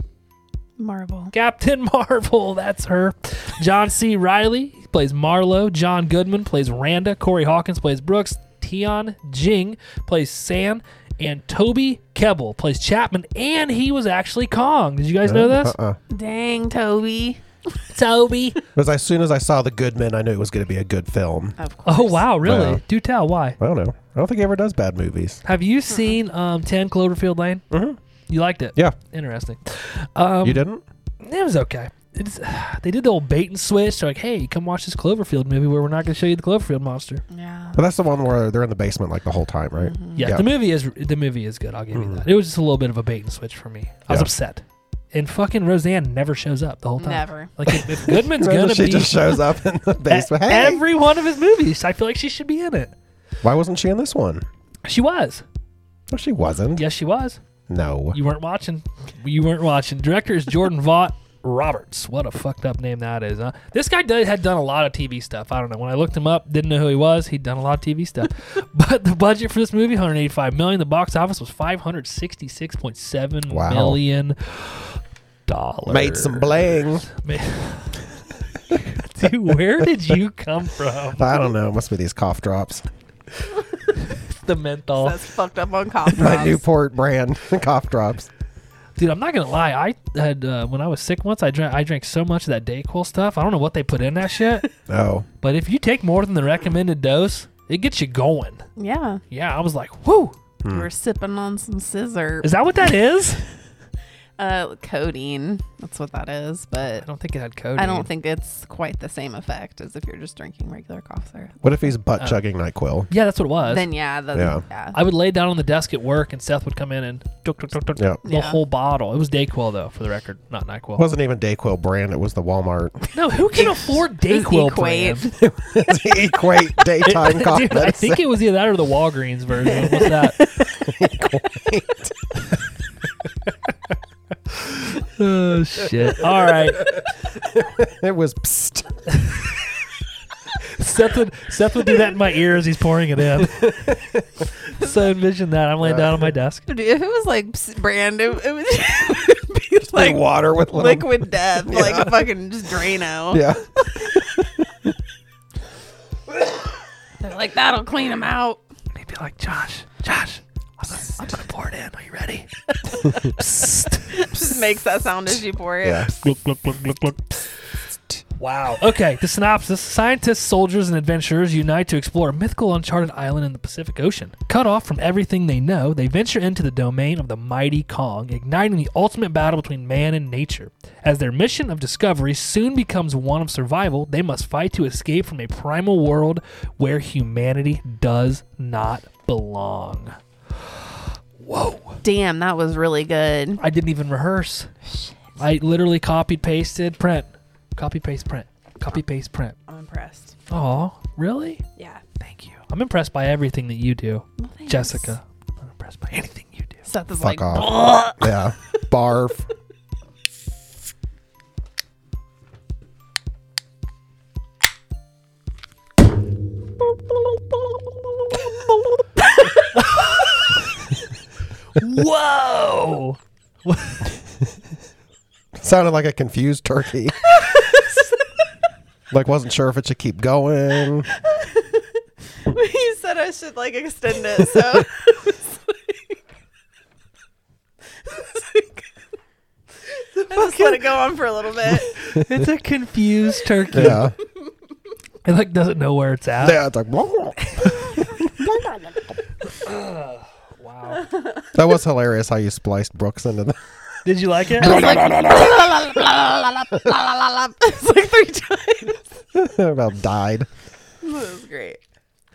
S4: Marvel.
S1: Captain Marvel, that's her. John C. Riley He plays Marlowe. John Goodman plays Randa. Corey Hawkins plays Brooks. Tion Jing plays San. And Toby Kebbell plays Chapman. And he was actually Kong. Did you guys know this?
S2: Uh-uh.
S4: Dang, Toby.
S1: Toby.
S2: Because as soon as I saw The Good Men, I knew it was going to be a good film.
S4: Of course.
S1: Oh, wow. Really?
S2: Wow.
S1: Do tell. Why?
S2: I don't know. I don't think he ever does bad movies.
S1: Have you seen um, 10 Cloverfield Lane?
S2: Mhm.
S1: You liked it?
S2: Yeah,
S1: Interesting. Um,
S2: you didn't?
S1: It was okay. It's, they did the old bait and switch. They're like, hey, come watch this Cloverfield movie where we're not going to show you the Cloverfield monster.
S4: Yeah.
S2: But that's the one where they're in the basement like the whole time, right?
S1: Mm-hmm. Yeah,
S2: Yeah. Mm-hmm.
S1: the movie is the movie is good. I'll give you that. It was just a little bit of a bait and switch for me. I was
S2: Yeah.
S1: upset. And fucking Roseanne never shows up the whole time.
S4: Never.
S1: Like if, if Goodman's
S2: Remember
S1: gonna
S2: she
S1: be
S2: just shows up in the
S1: at
S2: basement. Hey,
S1: every one of his movies, I feel like she should be in it.
S2: why wasn't she in this one?
S1: She was.
S2: No, she wasn't.
S1: Yes, she was.
S2: No.
S1: You weren't watching. You weren't watching. Director is Jordan Vaught Roberts. What a fucked up name that is, huh? This guy did, had done a lot of TV stuff. I don't know. When I looked him up, didn't know who he was. He'd done a lot of TV stuff. but the budget for this movie, 185 million. The box office was 566.7 million
S2: Wow.
S1: dollars.
S2: Made some bling.
S1: Man. Dude, where did you come from?
S2: I don't know. Must be these cough drops.
S1: The menthol.
S4: That's fucked up on cop
S2: My
S4: drops.
S2: Newport brand cough drops.
S1: Dude, I'm not gonna lie. I had uh, when I was sick once. I drank. I drank so much of that Dayquil stuff. I don't know what they put in that shit.
S2: Oh,
S1: But if you take more than the recommended dose, it gets you going.
S4: Yeah.
S1: Yeah, I was like, whoo,
S2: Hmm.
S4: we We're sipping on some scissor.
S1: is that what that is?
S4: Uh, codeine. That's what that is. But
S1: I don't think it had codeine.
S4: I don't think it's quite the same effect as if you're just drinking regular cough syrup.
S2: what if he's
S1: Uh.
S2: butt chugging Nyquil?
S1: Yeah, that's what it was.
S4: Then yeah, the,
S2: Yeah.
S4: yeah.
S1: I would lay down on the desk at work, and Seth would come in and tuk, tuk, tuk, tuk,
S2: Yeah.
S1: the
S4: Yeah.
S1: whole bottle. It was Dayquil though, for the record, not Nyquil.
S2: Wasn't even Dayquil brand. It was the Walmart.
S1: no, who can afford
S4: It was
S1: Dayquil
S4: Equate.
S1: brand?
S2: Equate daytime cough
S1: Dude, I
S2: medicine.
S1: think it was either that or the Walgreens version. What's that? oh shit! All right,
S2: It was. Psst.
S1: Seth would Seth would do that in my ear as he's pouring it in. so envision that I'm laying down on my desk.
S4: Dude, if it was like ps- brand, it, it would it would be
S2: Like
S4: like
S2: water with little,
S4: liquid death, like a fucking just Drano.
S2: Yeah.
S4: They're like that'll clean them out.
S1: He'd be like, Josh, Josh, I'm gonna, I'm gonna pour it in. Are you ready? Psst.
S4: Just makes that sound as you pour it.
S2: Yeah.
S1: Look, look, look, look, look. Wow. Okay, the synopsis. Scientists, soldiers, and adventurers unite to explore a mythical uncharted island in the Pacific Ocean. Cut off from everything they know, they venture into the domain of the mighty Kong, igniting the ultimate battle between man and nature. As their mission of discovery soon becomes one of survival, they must fight to escape from a primal world where humanity does not belong.
S4: Damn, that was really good.
S1: I didn't even rehearse. I literally copied, pasted, print. Copy, paste, print. Copy, paste, print.
S4: I'm impressed.
S1: Oh, really?
S4: Yeah.
S1: Thank you. I'm impressed by everything that you do,
S4: Well, thanks.
S1: Jessica. I'm impressed by anything you do.
S4: Seth is
S2: Fuck
S4: like,
S2: off. yeah. Barf.
S1: Whoa!
S2: Sounded like a confused turkey. like wasn't sure if it should keep going.
S4: he said I should like extend it. So I was like, I just let it go on for a little bit.
S1: it's a confused turkey.
S2: Yeah.
S1: It like doesn't know where it's at.
S2: yeah. It's like.
S1: Wow.
S2: That was hilarious how you spliced Brooks into the.
S1: Did you like it?
S4: it's like three times.
S2: about died.
S4: That was great.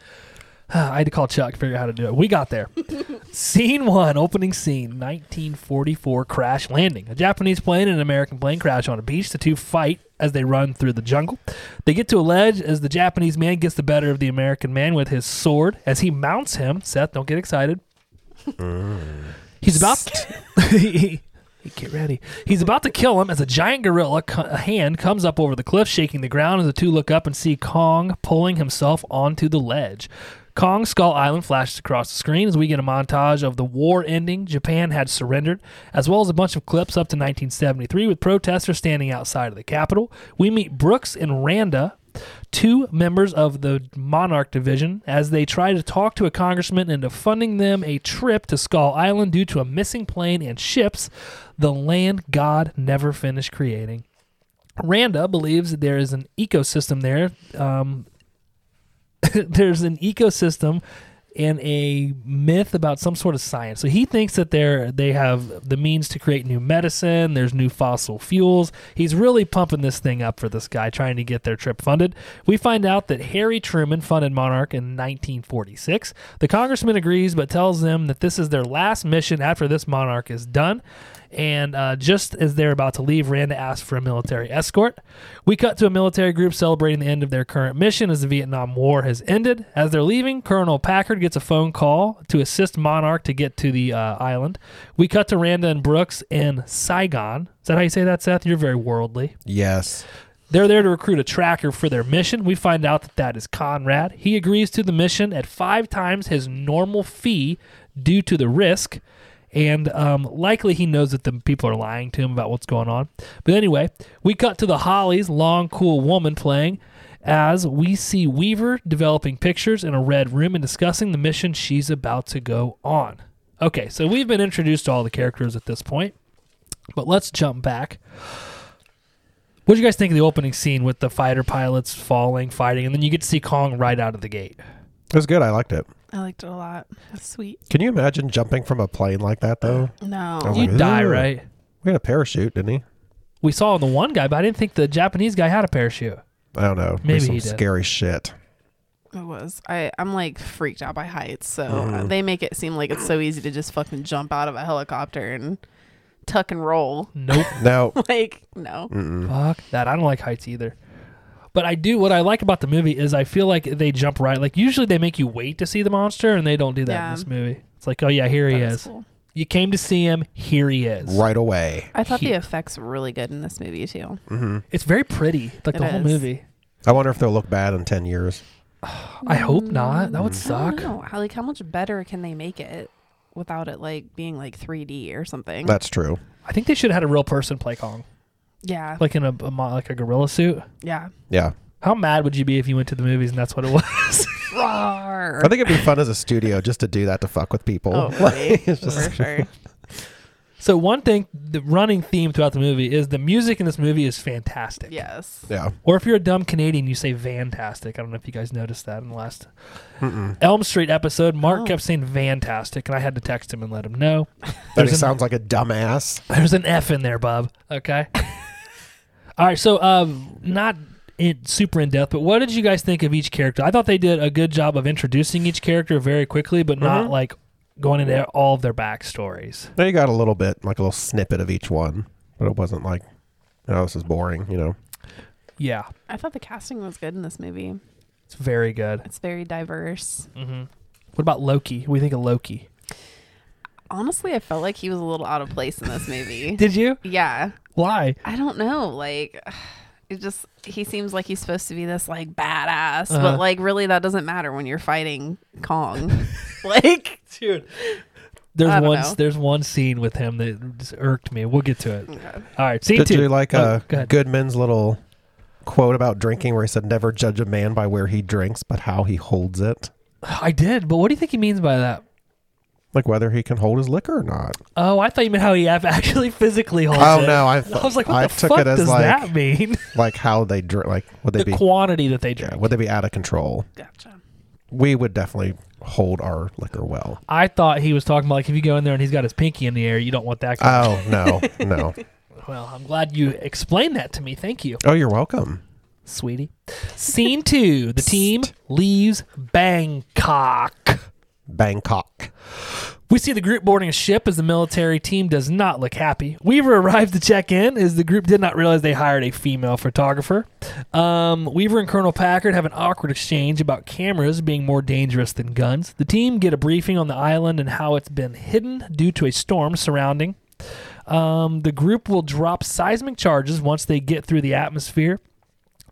S1: I had to call Chuck, figure out how to do it. We got there. scene one, opening scene, 1944 crash landing. A Japanese plane and an American plane crash on a beach. The two fight as they run through the jungle. They get to a ledge as the Japanese man gets the better of the American man with his sword. As he mounts him, Seth, don't get excited. He's about. he, Get ready. He's about to kill him as a giant gorilla co- a hand comes up over the cliff, shaking the ground as the two look up and see Kong pulling himself onto the ledge. Kong Skull Island flashes across the screen as we get a montage of the war ending, Japan had surrendered, as well as a bunch of clips up to 1973 with protesters standing outside of the Capitol. We meet Brooks and Randa two members of the Monarch Division as they try to talk to a congressman into funding them a trip to Skull Island due to a missing plane and ships the land God never finished creating. Randa believes that there is an ecosystem there. Um, there's an ecosystem and a myth about some sort of science. So he thinks that they're they have the means to create new medicine. There's new fossil fuels. He's really pumping this thing up for this guy, trying to get their trip funded. We find out that Harry Truman funded Monarch in 1946. The congressman agrees, but tells them that this is their last mission after this Monarch is done. And uh, just as they're about to leave, Randa asks for a military escort. We cut to a military group celebrating the end of their current mission as the Vietnam War has ended. As they're leaving, Colonel Packard gets a phone call to assist Monarch to get to the uh, island. We cut to Randa and Brooks in Saigon. Is that how you say that, Seth? You're very worldly.
S2: Yes.
S1: They're there to recruit a tracker for their mission. We find out that that is Conrad. He agrees to the mission at five times his normal fee due to the risk. And um, likely he knows that the people are lying to him about what's going on. But anyway, we cut to the Hollies, long, cool woman playing, as we see Weaver developing pictures in a red room and discussing the mission she's about to go on. Okay, so we've been introduced to all the characters at this point, but let's jump back. What do you guys think of the opening scene with the fighter pilots falling, fighting, and then you get to see Kong right out of the gate?
S2: It was good. I liked it.
S4: I liked it a lot. It's sweet.
S2: Can you imagine jumping from a plane like that, though?
S4: No.
S2: Oh,
S1: You
S2: Like,
S1: die,
S2: ooh.
S1: right?
S2: We had a parachute, didn't he?
S1: We saw the one guy, but I didn't think the Japanese guy had a parachute.
S2: I don't know. There's
S1: Maybe
S2: some
S1: he did.
S2: scary shit.
S4: It was. I, I'm like freaked out by heights, so uh, they make it seem like it's so easy to just fucking jump out of a helicopter and tuck and roll.
S1: Nope.
S2: No,
S4: Like, no.
S1: Fuck that. I don't like heights either. But I do. What I like about the movie is I feel like they jump right. Like usually they make you wait to see the monster, and they don't do that
S4: Yeah.
S1: in this movie. It's like, oh yeah, here he
S4: That was
S1: is.
S4: cool.
S1: You came to see him. Here he is.
S2: right away. Mm-hmm.
S4: I thought the
S1: Cute.
S4: effects were really good in this movie too.
S1: It's very pretty. Like
S4: It
S1: the whole
S4: is.
S1: movie.
S2: I wonder if they'll look bad in 10 years.
S1: I hope not.
S4: Mm.
S1: That would
S3: I
S1: suck.
S3: don't know. How- Like, how much better can they make it?
S4: Without it like being like 3D or something.
S2: That's true.
S1: I think they should have had a real person play Kong,
S4: yeah.
S1: like in a, a mo- like a gorilla suit.
S4: yeah.
S2: Yeah.
S1: How mad would you be if you went to the movies and that's what it was?
S2: I think it'd be fun as a studio just to do that to fuck with people.
S4: Oh, wait, for sure.
S1: so one thing, the running theme throughout the movie is the music in this movie is fantastic.
S4: Yes.
S2: Yeah.
S1: Or if you're a dumb Canadian, you say Vantastic. I don't know if you guys noticed that in the last Elm Street episode. Mark
S4: Oh.
S1: kept saying Vantastic, and I had to text him and let him know.
S2: That
S1: There's
S2: he
S1: an,
S2: sounds like a dumbass.
S1: there's an F in there, bub. Okay. All right. So, uh, not in, super in depth, but what did you guys think of each character? I thought they did a good job of introducing each character very quickly, but not like going into all of their backstories.
S2: Now you got a little bit, like a little snippet of each one, but it wasn't like, oh, this is boring, you know?
S1: Yeah.
S4: I thought the casting was good in this movie.
S1: It's very good.
S4: It's very diverse.
S1: Mm-hmm. What about Loki? What do you think of Loki?
S4: Honestly, I felt like he was a little out of place in this movie.
S1: Did you?
S4: yeah.
S1: Why?
S4: I don't know. Like, it just he seems like he's supposed to be this like badass,
S1: Uh-huh.
S4: but like really that doesn't matter when you're fighting Kong. like,
S1: dude. There's
S4: I don't
S1: one.
S4: know.
S1: There's one scene with him that just irked me. We'll get to it. All right, scene
S2: Did
S1: two.
S2: you like
S1: Oh,
S2: uh,
S1: go ahead.
S2: Goodman's little quote about drinking where he said, never judge a man by where he drinks, but how he holds it?
S1: I did, but what do you think he means by that?
S2: Like whether he can hold his liquor or not.
S1: Oh, I thought you meant how he af- actually physically holds
S2: Oh,
S1: it.
S2: no. I,
S1: I was like, what
S2: I
S1: the
S2: took
S1: fuck
S2: it as
S1: does
S2: like,
S1: that mean?
S2: like how they drink, like would they
S1: the
S2: be,
S1: quantity that they drink.
S2: yeah, would they be out of control?
S4: gotcha.
S2: We would definitely hold our liquor well.
S1: I thought he was talking about like if you go in there and he's got his pinky in the air, you don't want that. Guy.
S2: Oh no, no.
S1: well, I'm glad you explained that to me. Thank you,
S2: Oh, you're welcome.
S1: sweetie. Scene two. The team leaves Bangkok.
S2: Bangkok.
S1: We see the group boarding a ship as the military team does not look happy. Weaver arrives to check in as the group did not realize they hired a female photographer. Um, Weaver and Colonel Packard have an awkward exchange about cameras being more dangerous than guns. The team get a briefing on the island and how it's been hidden due to a storm surrounding. Um, the group will drop seismic charges once they get through the atmosphere.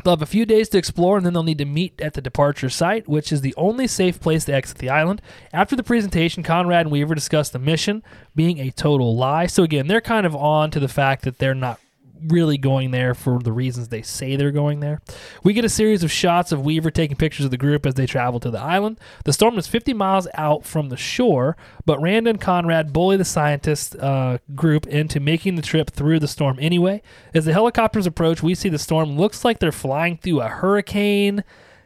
S1: They'll have a few days to explore and then they'll need to meet at the departure site, which is the only safe place to exit the island. After the presentation, Conrad and Weaver discuss the mission being a total lie. So, again, they're kind of on to the fact that they're not really going there for the reasons they say they're going there. We get a series of shots of Weaver taking pictures of the group as they travel to the island. The storm is 50 miles out from the shore, but Rand and Conrad bully the scientist uh, group into making the trip through the storm anyway. As the helicopters approach, we see the storm looks like they're flying through a hurricane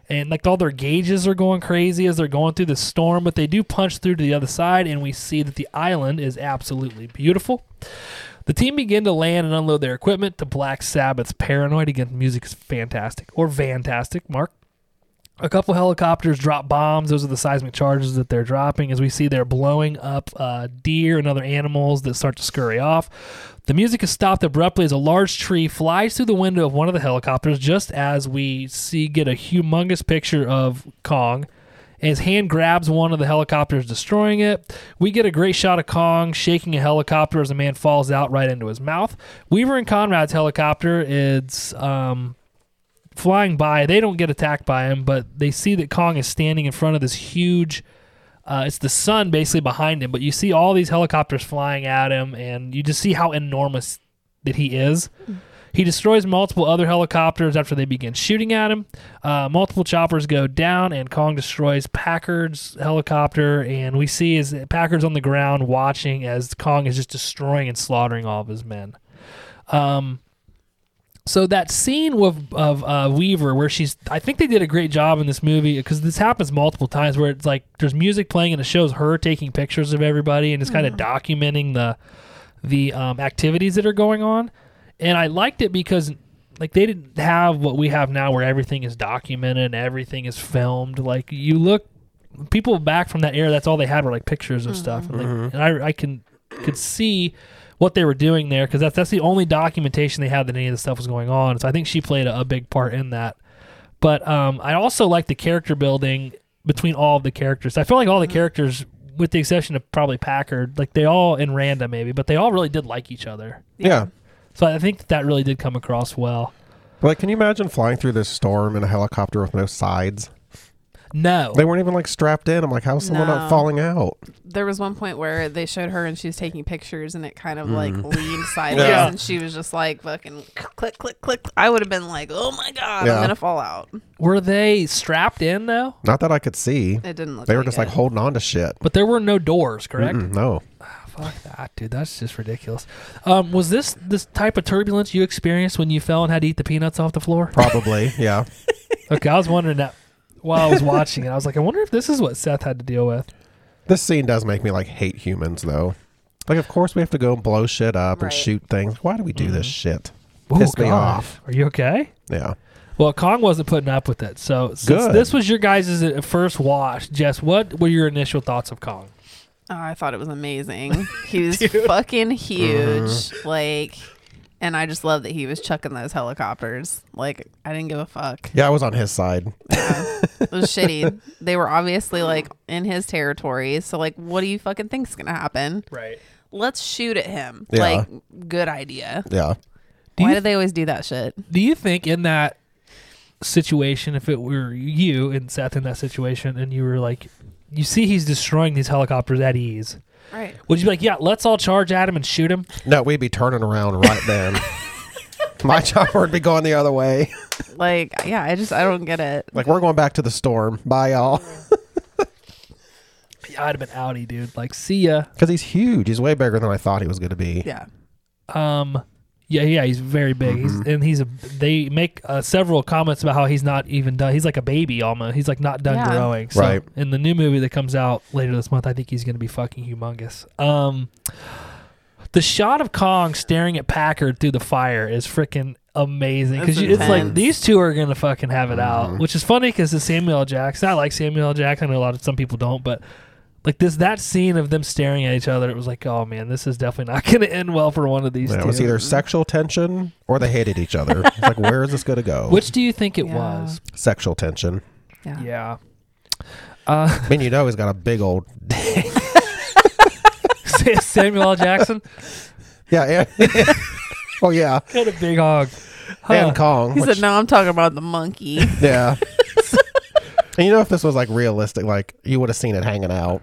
S1: and like all their gauges are going crazy as they're going through the storm, but they do punch through to the other side, and we see that the island is absolutely beautiful. The team begin to land and unload their equipment to Black Sabbath's Paranoid. Again, the music is fantastic, or fantastic, Mark. A couple helicopters drop bombs. Those are the seismic charges that they're dropping. As we see, they're blowing up uh, deer and other animals that start to scurry off. The music is stopped abruptly as a large tree flies through the window of one of the helicopters, just as we see get a humongous picture of Kong. And his hand grabs one of the helicopters, destroying it. We get a great shot of Kong shaking a helicopter as a man falls out right into his mouth. Weaver and Conrad's helicopter is um, flying by. They don't get attacked by him, but they see that Kong is standing in front of this huge. Uh, it's the sun basically behind him, but you see all these helicopters flying at him, and you just see how enormous that he is. He destroys multiple other helicopters after they begin shooting at him. Uh, multiple choppers go down, and Kong destroys Packard's helicopter. And we see is Packard's on the ground watching as Kong is just destroying and slaughtering all of his men. Um, so that scene with of uh, Weaver where she's, I think they did a great job in this movie because this happens multiple times where it's like there's music playing and it shows her taking pictures of everybody and it's kind of documenting the the um, activities that are going on. And I liked it because like they didn't have what we have now where everything is documented and everything is filmed. Like you look people back from that era, that's all they had were like pictures of stuff. And, like, and I, I can could see what they were doing there because that's that's the only documentation they had that any of this stuff was going on. So I think she played a, a big part in that. But um, I also like the character building between all of the characters. I feel like all
S2: Mm-hmm.
S1: the characters, with the exception of probably Packard, like they all in Randa maybe, but they all really did like each other.
S2: yeah.
S1: So I think that, that really did come across well.
S2: Like, can you imagine flying through this storm in a helicopter with no sides?
S1: No,
S2: They weren't even like strapped in. I'm like, how's someone
S4: No.
S2: not falling out?
S4: There was one point where they showed her and she was taking pictures and it kind of like
S2: Mm.
S4: leaned sideways
S1: Yeah.
S4: and she was just like fucking click, click, click. I would have been like, oh my God,
S2: Yeah.
S4: I'm going to fall out.
S1: were they strapped in though?
S2: Not that I could see.
S4: It didn't look
S2: They were
S4: like
S2: just
S4: it.
S2: like holding on to shit.
S1: But there were no doors, correct?
S2: Mm-mm, no.
S1: Fuck that, dude. That's just ridiculous. Um, was this this type of turbulence you experienced when you fell and had to eat the peanuts off the floor?
S2: Probably. yeah.
S1: Okay, I was wondering that while I was watching it. I was like, I wonder if this is what Seth had to deal with.
S2: This scene does make me like hate humans though. Like, of course we have to go and blow shit up and
S4: Right.
S2: shoot things. Why do we do this shit?
S1: Ooh,
S2: Pissed me
S1: God.
S2: off.
S1: Are you okay?
S2: Yeah.
S1: Well, Kong wasn't putting up with it. So since
S2: Good.
S1: this was your guys' first watch, Jess, what were your initial thoughts of Kong?
S4: Oh, I thought it was amazing. He was fucking huge.
S2: Mm-hmm.
S4: Like, and I just love that he was chucking those helicopters. Like, I didn't give a fuck.
S2: Yeah, I was on his side.
S4: It was shitty. They were obviously like in his territory. So, like, what do you fucking think's going to happen?
S1: Right.
S4: Let's shoot at him.
S2: Yeah.
S4: Like, good idea.
S2: Yeah.
S1: Do
S4: Why
S1: you-
S4: do they always do that shit?
S1: Do you think in that situation, if it were you and Seth in that situation, and you were like, you see he's destroying these helicopters at ease,
S4: Right.
S1: would you be like, yeah, let's all charge at him and shoot him?
S2: No, we'd be turning around right then. My chopper would be going the other way.
S4: Like, yeah, I just, I don't get it.
S2: Like, we're going back to the storm. Bye, y'all.
S1: Yeah, I'd have been outie, dude. Like, see ya.
S2: Because he's huge. He's way bigger than I thought he was going to be.
S4: Yeah.
S1: Um, yeah, yeah, he's very big. He's and he's a. They make uh, several comments about how he's not even done. He's like a baby almost. He's like not done
S4: Yeah.
S1: growing. So
S2: Right.
S1: In the new movie that comes out later this month, I think he's going to be fucking humongous. Um, the shot of Kong staring at Packard through the fire is freaking amazing because
S4: That's
S1: it's like
S4: intense.
S1: these two are gonna fucking have it out, which is funny because it's Samuel L. Jackson. I like Samuel L. Jackson. I know a lot of some people don't, but like this that scene of them staring at each other, it was like, oh man, this is definitely not gonna end well for one of these
S2: Yeah, it
S1: two.
S2: was either sexual tension or they hated each other. It's like, where is this going to go?
S1: which do you think it
S4: Yeah.
S1: was?
S2: sexual tension?
S4: Yeah.
S1: Yeah. Uh,
S2: I mean, you know, he's got a big old.
S1: Samuel L. Jackson
S2: Yeah. yeah. oh yeah,
S1: had a big hog. Huh.
S2: and Kong.
S4: He
S2: which-
S4: said, no, I'm talking about the monkey.
S2: Yeah. and you know, if this was like realistic, like you would have seen it hanging out.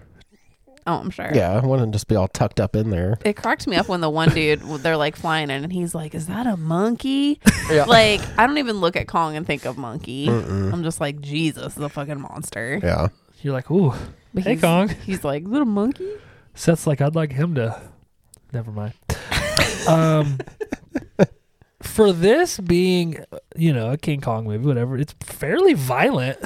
S4: Oh, I'm sure.
S2: Yeah, I want to just be all tucked up in there.
S4: It cracked me up when the one dude they're like flying in and he's like, "Is that a monkey?" Like I don't even look at Kong and think of monkey.
S2: Mm-hmm.
S4: I'm just like Jesus, the fucking monster.
S2: Yeah.
S1: You're like, ooh,
S4: But
S1: hey
S4: he's-
S1: Kong.
S4: He's like little monkey.
S1: Seth's like, I'd like him to. Never mind. um, for this being, you know, a King Kong movie, whatever, it's fairly violent.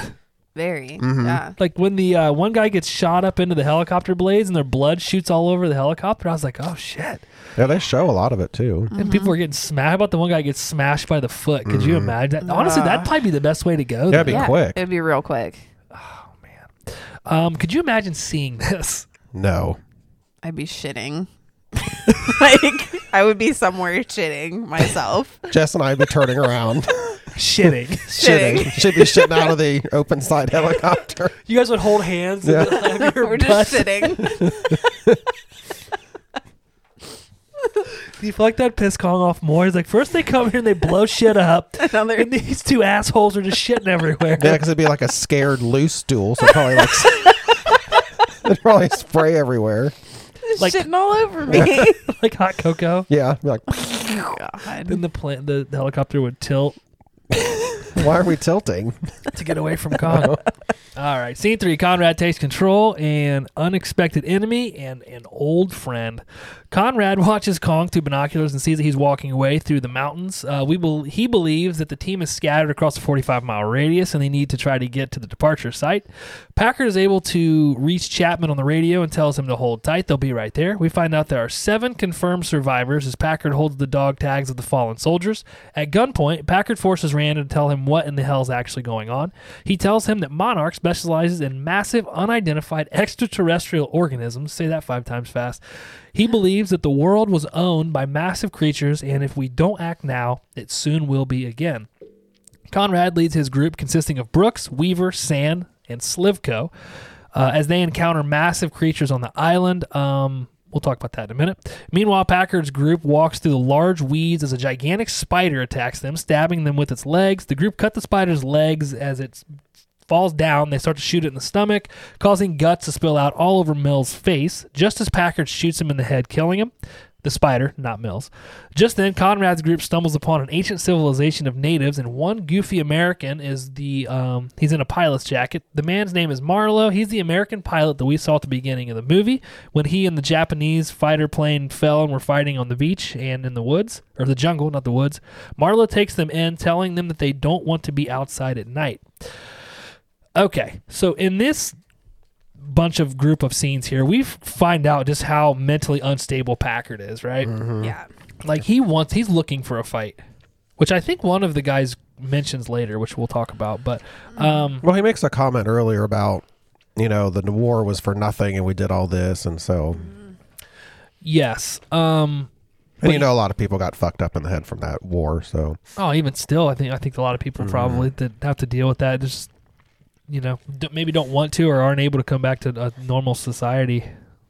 S4: Very.
S2: Mm-hmm.
S4: Yeah.
S1: Like when the uh, one guy gets shot up into the helicopter blades and their blood shoots all over the helicopter, I was like, oh shit.
S2: Yeah, they show a lot of it too.
S1: And people were getting smashed. How about the one guy gets smashed by the foot? Could you imagine that? Honestly, that'd probably be the best way to go.
S2: Mm-hmm. Yeah,
S1: Yeah,
S2: it'd be
S4: Yeah,
S2: quick.
S4: It'd be real quick.
S1: um, could you imagine seeing this?
S2: no.
S4: I'd be shitting. like I would be somewhere shitting myself.
S2: Jess and I would be turning around,
S1: Shitting.
S2: shitting. She'd be shitting out of the open side helicopter.
S1: you guys would hold hands.
S2: Yeah.
S1: And have your
S4: We're
S1: butts-
S4: just shitting.
S1: Do you feel like that pissed Kong off more? He's like, first they come here and they blow shit up,
S4: Another
S1: and these two assholes are just shitting everywhere.
S2: Yeah, because it'd be like a scared loose stool, so probably like it'd probably spray everywhere.
S1: like-
S4: shitting all over me.
S1: like hot cocoa.
S2: Yeah, be like,
S1: Then
S4: God.
S1: the plant, the helicopter would tilt
S2: why are we tilting?
S1: to get away from Kong. All right, scene three: Conrad takes control, an unexpected enemy, and an old friend. Conrad watches Kong through binoculars and sees that he's walking away through the mountains. Uh, we bel he believes that the team is scattered across a 45 mile radius, and they need to try to get to the departure site. Packard is able to reach Chapman on the radio and tells him to hold tight. They'll be right there. We find out there are seven confirmed survivors as Packard holds the dog tags of the fallen soldiers. At gunpoint, Packard forces Rand to tell him what in the hell is actually going on. He tells him that Monarch specializes in massive, unidentified extraterrestrial organisms. Say that five times fast. He believes that the world was owned by massive creatures, and if we don't act now, it soon will be again. Conrad leads his group consisting of Brooks, Weaver, Sand, and Slivko uh, as they encounter massive creatures on the island. Um, we'll talk about that in a minute. Meanwhile, Packard's group walks through the large weeds as a gigantic spider attacks them, stabbing them with its legs. The group cut the spider's legs as it falls down. They start to shoot it in the stomach, causing guts to spill out all over Mills' face, just as Packard shoots him in the head, killing him. The spider, not Mills. Just then, Conrad's group stumbles upon an ancient civilization of natives, and one goofy American is the. Um, he's in a pilot's jacket. The man's name is Marlowe. He's the American pilot that we saw at the beginning of the movie when he and the Japanese fighter plane fell and were fighting on the beach and in the woods, or the jungle, not the woods. Marlowe takes them in, telling them that they don't want to be outside at night. Okay, so in this bunch of group of scenes here, we f- find out just how mentally unstable Packard is, right?
S2: Mm-hmm.
S4: Yeah.
S1: Like he wants, he's looking for a fight, which I think one of the guys mentions later, which we'll talk about. But um,
S2: Well, he makes a comment earlier about you know the war was for nothing, and we did all this, and so
S1: yes, um,
S2: and you know a lot of people got fucked up in the head from that war. So
S1: oh, even still, I think I think a lot of people probably that have to deal with that. Just you know, d- maybe don't want to or aren't able to come back to a normal society,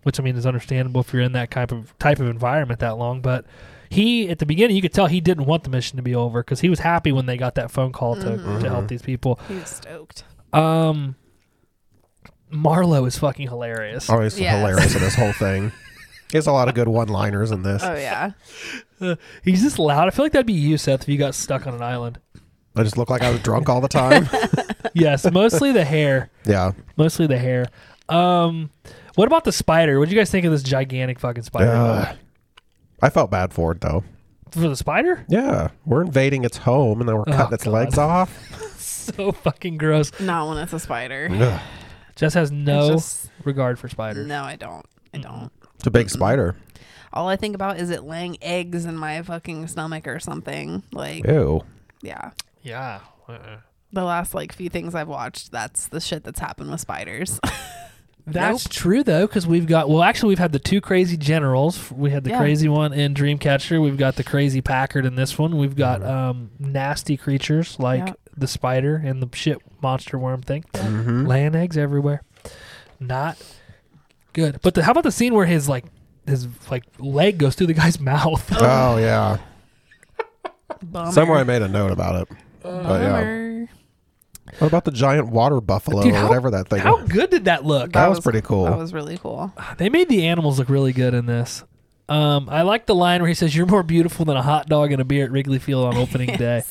S1: which I mean is understandable if you're in that type of type of environment that long. But he at the beginning, you could tell he didn't want the mission to be over because he was happy when they got that phone call to, to help these people.
S4: He was stoked.
S1: Um, Marlo is fucking hilarious.
S2: always
S4: Yes.
S2: hilarious in this whole thing. He has a lot of good one-liners in this.
S4: Oh yeah.
S1: He's just loud. I feel like that'd be you, Seth, if you got stuck on an island.
S2: I just look like I was drunk all the time.
S1: yes, mostly the hair.
S2: yeah,
S1: Mostly the hair. Um, what about the spider? What do you guys think of this gigantic fucking spider?
S2: Ugh. I felt bad for it though.
S1: For the spider?
S2: Yeah, we're invading its home, and then we're cutting its
S1: God.
S2: legs off.
S1: So fucking gross.
S4: Not when it's a spider.
S2: Ugh,
S1: Jess has no
S4: just-
S1: regard for spiders.
S4: No, I don't. I don't.
S2: it's a big spider.
S4: All I think about is it laying eggs in my fucking stomach or something. Like
S2: Ew.
S4: yeah.
S1: Yeah. Uh-uh.
S4: The last like few things I've watched, that's the shit that's happened with spiders.
S1: That's true though, because we've got well, actually, we've had the two crazy generals. We had the
S4: Yeah.
S1: crazy one in Dreamcatcher. We've got the crazy Packard in this one. We've got um, nasty creatures like
S4: Yeah.
S1: the spider and the shit monster worm thing,
S2: Mm-hmm.
S1: laying eggs everywhere. Not good. But the, how about the scene where his like his like leg goes through the guy's mouth?
S2: Oh yeah.
S4: Bummer. Oh,
S2: Somewhere I made a note about it. But oh, yeah.
S4: Bummer.
S2: What about the giant water buffalo
S1: Dude,
S2: or
S1: how-
S2: whatever that thing?
S1: How
S2: was?
S1: good did that look?
S2: That was pretty cool.
S4: That was really cool.
S1: They made the animals look really good in this. Um, I like the line where he says, "You're more beautiful than a hot dog and a beer at Wrigley Field on opening day."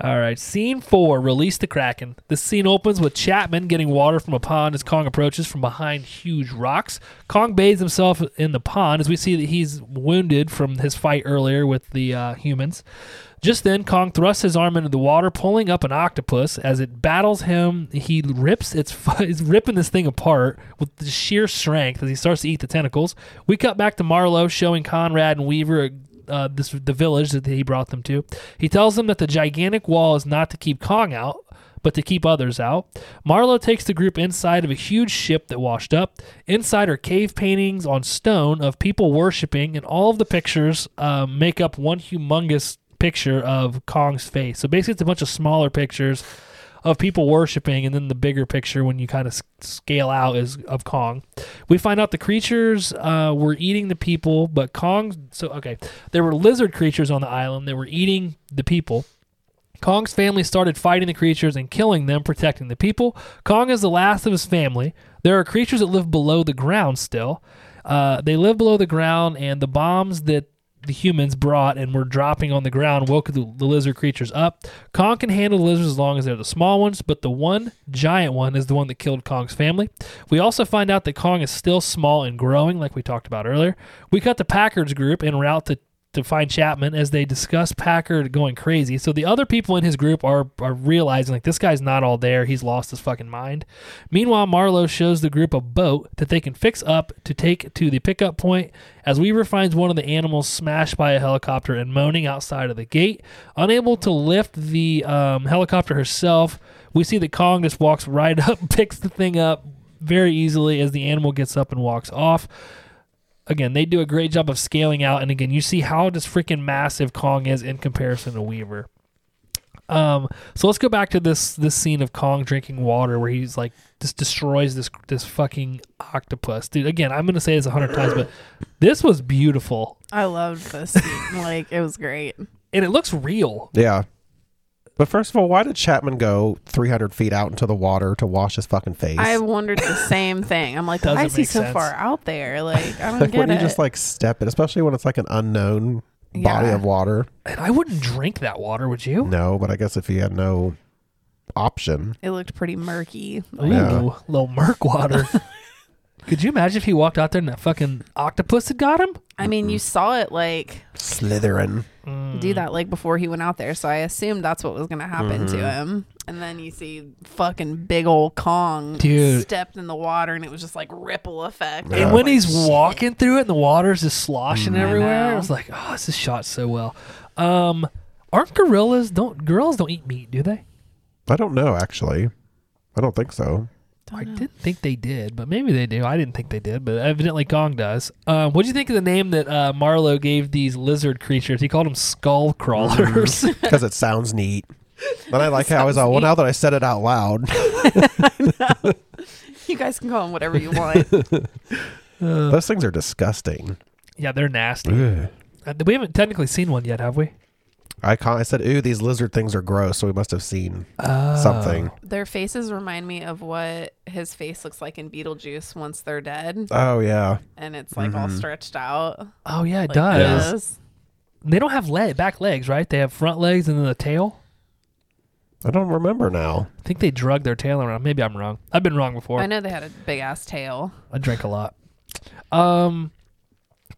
S1: All right, scene four: release the kraken. This scene opens with Chapman getting water from a pond as Kong approaches from behind huge rocks. Kong bathes himself in the pond as we see that he's wounded from his fight earlier with the uh, humans. Just then, Kong thrusts his arm into the water, pulling up an octopus. As it battles him, he rips its is ripping this thing apart with the sheer strength as he starts to eat the tentacles. We cut back to Marlowe showing Conrad and Weaver uh, this the village that he brought them to. He tells them that the gigantic wall is not to keep Kong out, but to keep others out. Marlowe takes the group inside of a huge ship that washed up. Inside are cave paintings on stone of people worshiping, and all of the pictures uh, make up one humongous picture of Kong's face. So basically, it's a bunch of smaller pictures of people worshiping, and then the bigger picture when you kind of s- scale out is of Kong. We find out the creatures uh, were eating the people, but Kong. So okay, there were lizard creatures on the island that were eating the people. Kong's family started fighting the creatures and killing them, protecting the people. Kong is the last of his family. There are creatures that live below the ground still. Uh, they live below the ground, and the bombs that the humans brought and were dropping on the ground woke the, the lizard creatures up. Kong can handle the lizards as long as they're the small ones, but the one giant one is the one that killed Kong's family. We also find out that Kong is still small and growing, like we talked about earlier. We cut the Packard's group en route to to find Chapman as they discuss Packard going crazy. So the other people in his group are are realizing like this guy's not all there. He's lost his fucking mind. Meanwhile, Marlowe shows the group a boat that they can fix up to take to the pickup point as Weaver finds one of the animals smashed by a helicopter and moaning outside of the gate. Unable to lift the um, helicopter herself, we see that Kong just walks right up, picks the thing up very easily as the animal gets up and walks off again, they do a great job of scaling out. And again, you see how just freaking massive Kong is in comparison to Weaver. Um, so let's go back to this this scene of Kong drinking water where he's like just destroys this this fucking octopus. Dude, again, I'm gonna say this a hundred times, but this was beautiful.
S4: I loved this. scene. like it was great.
S1: And it looks real.
S2: Yeah. But first of all, why did Chapman go 300 feet out into the water to wash his fucking face?
S4: I wondered the same thing. I'm like,
S1: Doesn't
S4: why is he
S1: make
S4: so
S1: sense.
S4: far out there? Like I don't
S2: like,
S4: get
S2: wouldn't
S4: it.
S2: you just like step in, especially when it's like an unknown body
S4: Yeah.
S2: of water?
S1: And I wouldn't drink that water, would you?
S2: No, but I guess if he had no option,
S4: it looked pretty murky.
S1: Ooh,
S2: Yeah.
S1: little murk water. Could you imagine if he walked out there and that fucking octopus had got him?
S4: I mean, you saw it like
S2: slithering.
S1: Mm.
S4: do that like before he went out there, so I assumed that's what was gonna happen
S1: Mm-hmm.
S4: to him. And then you see fucking big old Kong
S1: Dude.
S4: stepped in the water, and it was just like ripple effect.
S1: And
S2: Yeah.
S1: when he's walking through it and the water's just sloshing everywhere,
S4: know.
S1: it's like, oh, this is shot so well. Um, aren't gorillas don't gorillas don't eat meat, do they?
S2: I don't know, actually. I don't think so.
S1: I, didn't think they did, but maybe they do. I didn't think they did, but evidently Gong does. Um, what do you think of the name that uh, Marlowe gave these lizard creatures? He called them skull crawlers.
S2: Because it sounds neat. Then I like how he's all, well, now that I said it out loud,
S4: you guys can call him whatever you want.
S2: those things are disgusting.
S1: yeah, they're nasty.
S2: Uh. Ugh.
S1: Uh, we haven't technically seen one yet, have we?
S2: I, con- I said, ooh, these lizard things are gross, so we must have seen Uh, something.
S4: Their faces remind me of what his face looks like in Beetlejuice once they're dead,
S2: Oh, yeah.
S4: and it's like
S1: Mm-hmm.
S4: all stretched out.
S1: Oh yeah, it
S4: Like
S1: does.
S4: this.
S1: They don't have leg back legs, right? They have front legs and then the tail.
S2: I don't remember now.
S1: I think they drug their tail around. Maybe I'm wrong. I've been wrong before.
S4: I know they had a big ass tail.
S1: I drink a lot. Um,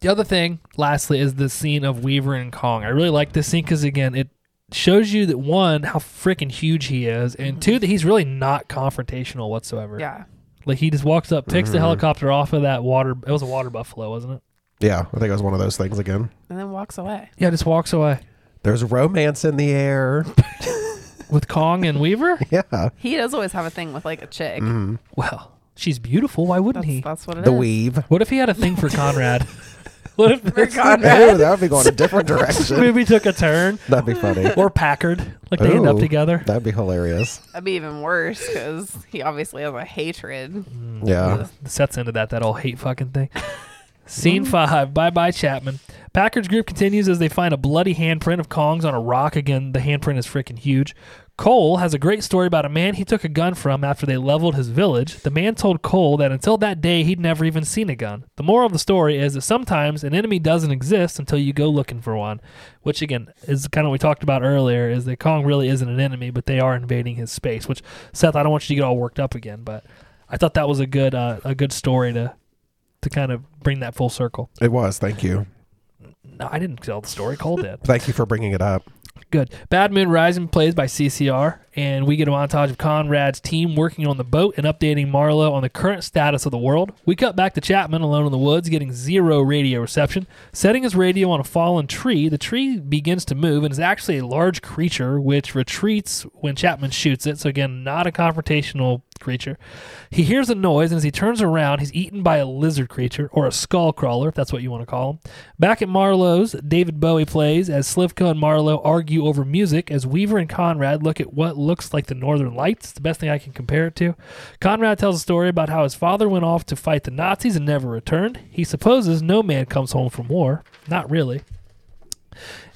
S1: the other thing, lastly, is the scene of Weaver and Kong. I really like this scene because again, it shows you that one how freaking huge he is, and two that he's really not confrontational whatsoever.
S4: Mm-hmm. Yeah.
S1: like he just walks up, picks the helicopter off of that water. It was a water buffalo, wasn't it?
S2: Yeah, I think it was one of those things again.
S4: And then walks away.
S1: Yeah, just walks away
S2: There's romance in the air.
S1: with Kong and Weaver.
S2: Yeah.
S4: He does always have a thing with like a chick.
S1: Well, she's beautiful. Why wouldn't
S4: That's,
S1: he?
S4: that's what it is.
S2: Mm. The weave.
S1: What if he had a thing for Conrad? what if this
S2: Ooh, that would be going a different direction.
S1: movie took a turn?
S2: That'd be funny.
S1: Or Packard, like they end up
S2: Ooh,
S1: together.
S2: That'd be hilarious.
S4: That'd be even worse because he obviously has a hatred.
S2: Mm, Yeah.
S1: the sets into that that old hate fucking thing. Scene five. Bye bye Chapman. Packard's group continues as they find a bloody handprint of Kong's on a rock. Again, the handprint is freaking huge. Cole has a great story about a man he took a gun from after they leveled his village. The man told Cole that until that day he'd never even seen a gun. The moral of the story is that sometimes an enemy doesn't exist until you go looking for one, which again is kind of what we talked about earlier is that Kong really isn't an enemy, but they are invading his space, which Seth, I don't want you to get all worked up again, but I thought that was a good uh, a good story to to kind of bring that full circle.
S2: It was. Thank you.
S1: No, I didn't tell the story. Cole did.
S2: Thank you for bringing it up.
S1: Good. Bad Moon Rising plays by CCR, and we get a montage of Conrad's team working on the boat and updating Marlowe on the current status of the world. We cut back to Chapman alone in the woods, getting zero radio reception. Setting his radio on a fallen tree, the tree begins to move and is actually a large creature which retreats when Chapman shoots it. So, again, not a confrontational creature. He hears a noise, and as he turns around, he's eaten by a lizard creature or a skull crawler, if that's what you want to call him. Back at Marlowe's, David Bowie plays as Slivko and Marlowe argue over music as Weaver and Conrad look at what looks like the Northern Lights. It's the best thing I can compare it to. Conrad tells a story about how his father went off to fight the Nazis and never returned. He supposes no man comes home from war. Not really.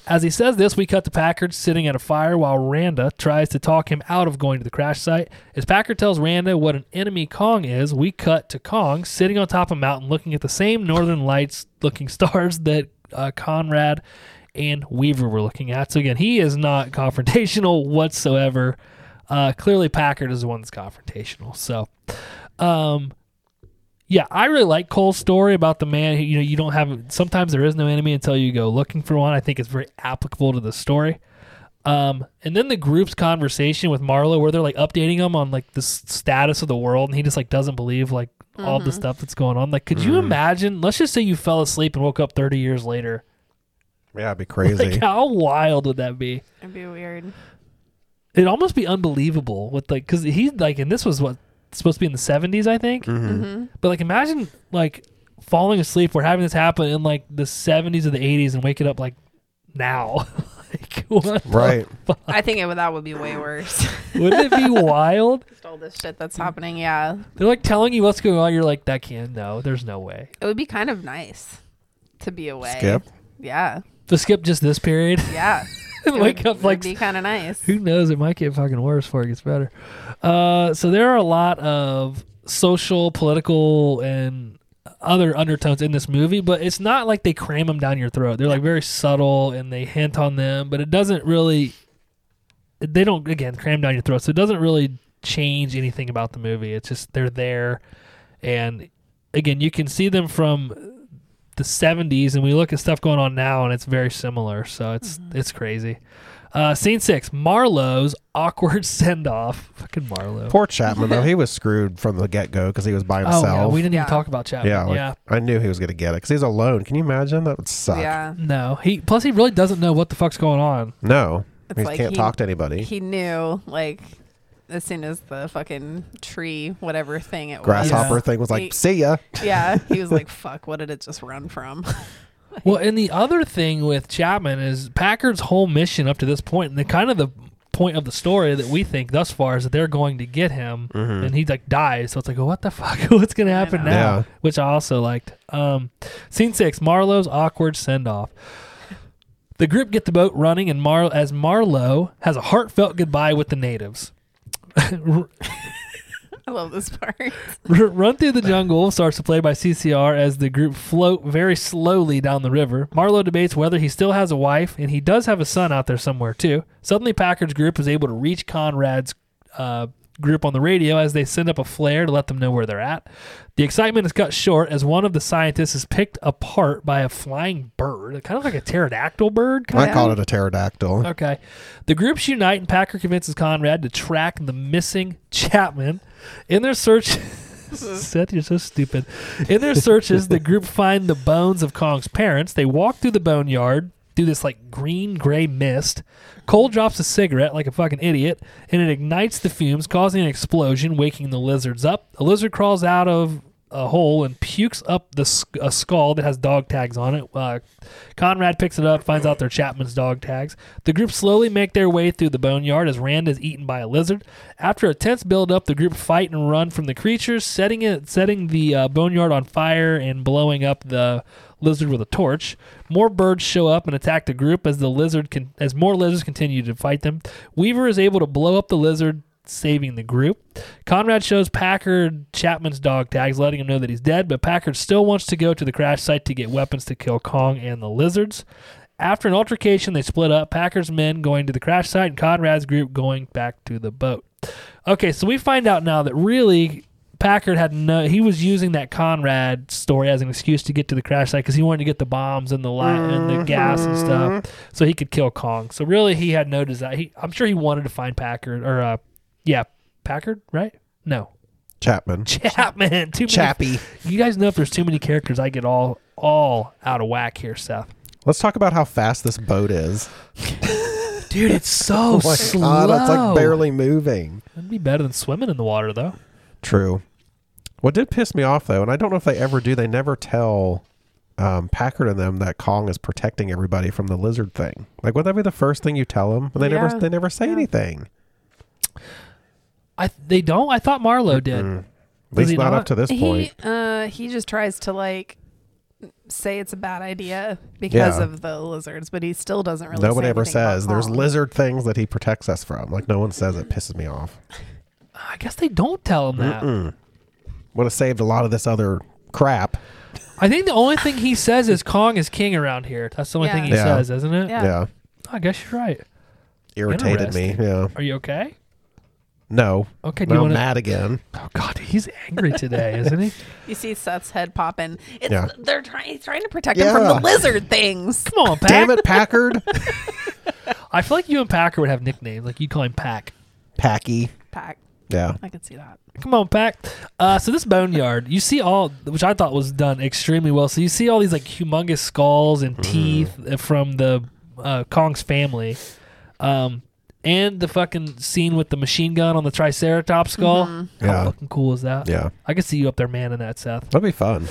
S1: As he says this, we cut to Packard sitting at a fire while Randa tries to talk him out of going to the crash site. As Packard tells Randa what an enemy Kong is, we cut to Kong sitting on top of a mountain looking at the same northern lights looking stars that uh, Conrad and Weaver were looking at. So, again, he is not confrontational whatsoever. Uh, clearly, Packard is the one that's confrontational. So, um, yeah, I really like Cole's story about the man who, you know, you don't have, sometimes there is no enemy until you go looking for one. I think it's very applicable to the story. Um, and then the group's conversation with Marlo, where they're like updating him on like the s- status of the world, and he just like doesn't believe like all the stuff that's going on. Like, could you imagine? Let's just say you fell asleep and woke up 30 years later.
S2: Yeah, it'd be crazy.
S1: Like, how wild would that be?
S4: It'd be weird.
S1: It'd almost be unbelievable with like, because he's like, and this was what supposed to be in the 70s, I think.
S4: Mm-hmm.
S1: But like, imagine like falling asleep or having this happen in like the seventies or the eighties and waking up like now. like, what the-
S2: right.
S4: I think it would, that would be way worse.
S1: Wouldn't it be wild?
S4: Just all this shit that's happening. Yeah,
S1: They're like telling you what's going on. You're like, that can't. No, there's no way.
S4: it would be kind of nice to be away.
S2: Skip.
S4: Yeah,
S1: To skip just this period,
S4: yeah. It
S1: wake
S4: would-
S1: up
S4: would
S1: like
S4: be kind of nice.
S1: who knows? It might get fucking worse before it gets better. Uh, so there are a lot of social, political, and other undertones in this movie, but it's not like they cram them down your throat. They're like very subtle and they hint on them, but it doesn't really. They don't again cram down your throat, so it doesn't really change anything about the movie. It's just they're there, and again, you can see them from the 70s, and we look at stuff going on now, and it's very similar. So it's it's crazy. Uh, scene six: Marlowe's awkward send off. Fucking Marlowe.
S2: Poor Chapman though. He was screwed from the get go because he was by
S1: Oh
S2: himself.
S1: yeah, we didn't
S4: Yeah.
S1: even talk about Chapman.
S2: Yeah, like,
S1: yeah.
S2: I knew he was gonna get it because he's alone. Can you imagine? That would suck.
S4: Yeah,
S1: No, he plus he really doesn't know what the fuck's going on.
S2: No,
S4: It's
S2: he
S4: like
S2: can't
S4: he-
S2: talk to anybody.
S4: he knew like as soon as the fucking tree, whatever thing it
S2: Grasshopper
S1: Yeah.
S2: thing was like,
S4: He-
S2: see ya.
S4: was. Yeah, he was like, "Fuck, what did it just run from?"
S1: Well, and the other thing with Chapman is Packard's whole mission up to this point, and the kind of the point of the story that we think thus far is that they're going to get him, and he like dies. So it's like, what the fuck? What's gonna happen
S4: know.
S1: now?
S2: Yeah.
S1: Which I also liked. Um, scene six: Marlowe's awkward send off. The group get the boat running, and Mar as Marlowe has a heartfelt goodbye with the natives.
S4: I love this part.
S1: R- Run Through the Jungle starts to play by CCR as the group float very slowly down the river. Marlowe debates whether he still has a wife, and he does have a son out there somewhere, too. Suddenly, Packard's group is able to reach Conrad's uh, group on the radio as they send up a flare to let them know where they're at. The excitement is cut short as one of the scientists is picked apart by a flying bird, kind of like a pterodactyl bird. Kind
S2: I
S1: of?
S2: called it a pterodactyl.
S1: Okay. The groups unite, and Packer convinces Conrad to track the missing Chapman. In their search. Seth, you're so stupid. In their searches, the group find the bones of Kong's parents. They walk through the boneyard through this like green gray mist. Cole drops a cigarette like a fucking idiot, and it ignites the fumes, causing an explosion, waking the lizards up. A lizard crawls out of a hole and pukes up the sk- a skull that has dog tags on it. Uh, Conrad picks it up, finds out they're Chapman's dog tags. The group slowly make their way through the boneyard as Rand is eaten by a lizard. After a tense build-up, the group fight and run from the creatures, setting it setting the uh, boneyard on fire and blowing up the lizard with a torch. More birds show up and attack the group as the lizard con- as more lizards continue to fight them. Weaver is able to blow up the lizard, saving the group. Conrad shows Packard Chapman's dog tags, letting him know that he's dead, but Packard still wants to go to the crash site to get weapons to kill Kong and the lizards. After an altercation, they split up. Packard's men going to the crash site and Conrad's group going back to the boat. Okay, so we find out now that really Packard had no. He was using that Conrad story as an excuse to get to the crash site because he wanted to get the bombs and the light and the gas and stuff, so he could kill Kong. So really, he had no desire. He, I'm sure he wanted to find Packard or, uh, yeah, Packard, right? No,
S2: Chapman.
S1: Chapman. Too many-
S2: Chappie.
S1: you guys know if there's too many characters, I get all all out of whack here, Seth.
S2: Let's talk about how fast this boat is.
S1: Dude, it's so
S2: my God, it's like barely moving.
S1: It'd be better than swimming in the water though.
S2: True. What did piss me off though, and I don't know if they ever do, they never tell um, Packard and them that Kong is protecting everybody from the lizard thing. Like, would that be the first thing you tell them? They
S3: Yeah.
S2: never, they never say anything.
S1: I they don't. I thought Marlowe did.
S2: At least
S1: he
S2: not, up
S1: not?
S2: to this
S3: He
S2: point.
S3: uh he just tries to like say it's a bad idea because
S2: Yeah.
S3: of the lizards, but he still doesn't really.
S2: Nobody
S3: say
S2: ever
S3: anything about
S2: says there's
S3: Kong.
S2: lizard things that he protects us from. Like, no one says it. Pisses me off.
S1: I guess they don't tell him that.
S2: Would have saved a lot of this other crap.
S1: I think the only thing he says is Kong is king around here. That's the only thing he
S2: Yeah. Yeah.
S1: says, isn't it?
S3: Yeah.
S2: yeah.
S1: I guess you're right.
S2: irritated me. Yeah.
S1: Are you okay?
S2: No.
S1: Okay, do
S2: Now
S1: you
S2: I'm
S1: wanna-
S2: mad again.
S1: Oh God, he's angry today, isn't he?
S4: You see Seth's head popping. It's
S2: Yeah.
S4: they're trying he's trying to protect
S2: Yeah.
S4: him from the lizard things.
S1: Come on, Pack.
S2: Damn it, Packard.
S1: I feel like you and Packer would have nicknames. Like you call him Pack.
S2: Packy.
S4: Pack.
S2: Yeah.
S4: I can see that.
S1: Come on, Pack. Uh, so this boneyard, you see all, which I thought was done extremely well. So you see all these like humongous skulls
S2: Mm-hmm.
S1: and teeth uh, from the uh, Kong's family, um, and the fucking scene with the machine gun on the Triceratops skull. How
S2: Yeah.
S1: fucking cool is that?
S2: Yeah.
S1: I could see you up there, man, in that Seth.
S2: That'd be fun.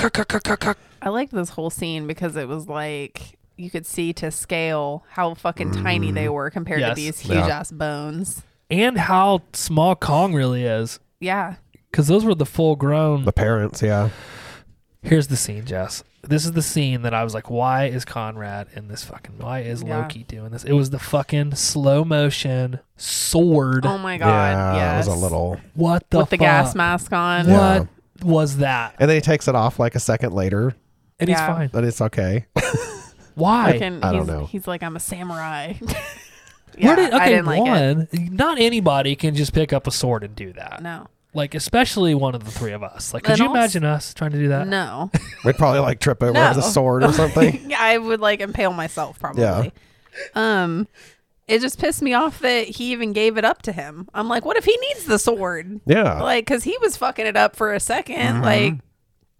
S4: I liked this whole scene because it was like you could see to scale how fucking tiny they were compared
S1: Yes.
S4: to these huge
S2: Mm. Yeah.
S4: ass bones.
S1: and how small Kong really is.
S4: Yeah.
S1: Because those were the full grown.
S2: The parents, yeah.
S1: Here's the scene, Jess. This is the scene that I was like, why is Conrad in this fucking. Why is
S4: Yeah.
S1: Loki doing this? It was the fucking slow motion sword.
S4: Oh my god.
S2: yeah,
S4: yes.
S2: it was a little.
S1: what the
S4: with the gas
S1: fuck?
S4: mask on.
S2: Yeah.
S1: What was that?
S2: And then he takes it off like a second later,
S1: And
S4: Yeah.
S1: he's fine.
S2: but it's okay.
S1: Why?
S4: Fucking-
S2: I don't
S4: he's,
S2: know.
S4: He's like, I'm a samurai.
S1: Where did, okay,
S4: Yeah, I didn't like it.
S1: one, not anybody can just pick up a sword and do that.
S4: No.
S1: Like, especially one of the three of us. Like, could
S4: And
S1: you
S4: also-
S1: imagine us trying to do that?
S4: No.
S2: We'd probably like trip over
S4: No.
S2: as a sword or something.
S4: Yeah, I would like impale myself probably.
S2: Yeah.
S4: Um it just pissed me off that he even gave it up to him. I'm like, what if he needs the sword?
S2: yeah.
S4: Like, cause he was fucking it up for a 2nd
S2: Mm-hmm.
S4: like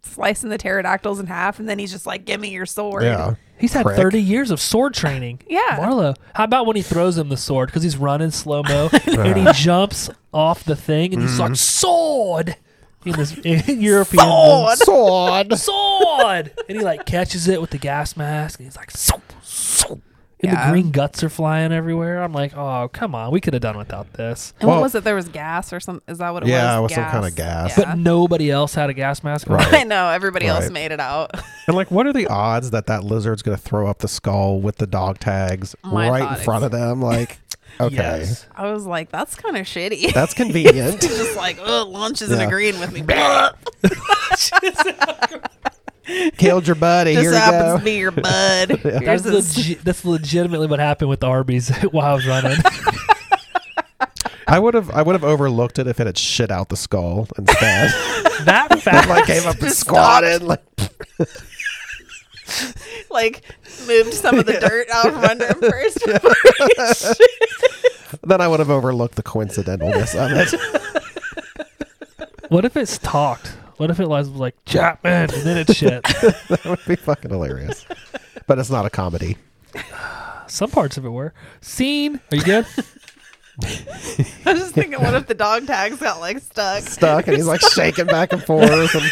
S4: slicing the pterodactyls in half, and then he's just like, "Give me your sword."
S2: yeah.
S1: He's had
S2: Prick.
S1: 30 years of sword training.
S4: Yeah.
S1: Marlo. How about when he throws him the sword because he's running slow mo and
S2: Uh.
S1: he jumps off the thing and he's
S2: Mm-hmm.
S1: like, sword! In this in European. Oh, Sword!
S2: Sword.
S1: Sword! and he like catches it with the gas mask and he's like, swoop, swoop. And
S4: Yeah.
S1: the green guts are flying everywhere. I'm like, oh, come on. We could have done without this.
S4: And
S2: Well-
S4: what was it? There was gas or something? Is that what it was?
S2: Yeah, it was some kind of gas.
S1: But nobody else had a gas mask. on.
S2: Right.
S4: I know everybody else
S2: Right.
S4: made it out.
S2: And like, what are the odds that that lizard's going to throw up the skull with the dog tags
S4: My
S2: right
S4: thought
S2: in front of them? Like, okay.
S1: Yes.
S4: I was like, "That's kind of shitty."
S2: That's convenient.
S4: just like, "Oh, lunch isn't
S2: Yeah.
S4: agreeing with me." Blah.
S2: Killed your buddy.
S4: Just
S2: Here
S4: happens
S2: you
S4: to
S2: go.
S4: be your bud.
S1: That's,
S4: Here's this
S1: legi- that's legitimately what happened with the Arby's while I was running.
S2: I would have, I would have overlooked it if it had shit out the skull instead.
S1: that fact.
S2: like came up and
S4: Just
S2: squatted. Like,
S4: like moved some of the dirt out from under him first.
S2: then I would have overlooked the coincidentalness of it.
S1: What if it's talked? What if it was like Chapman and then it's shit?
S2: that would be fucking hilarious. But it's not a comedy.
S1: Some parts of it were. Scene. Are you good?
S4: I was just thinking, what if the dog tags got like stuck?
S2: stuck and he's like shaking back and forth and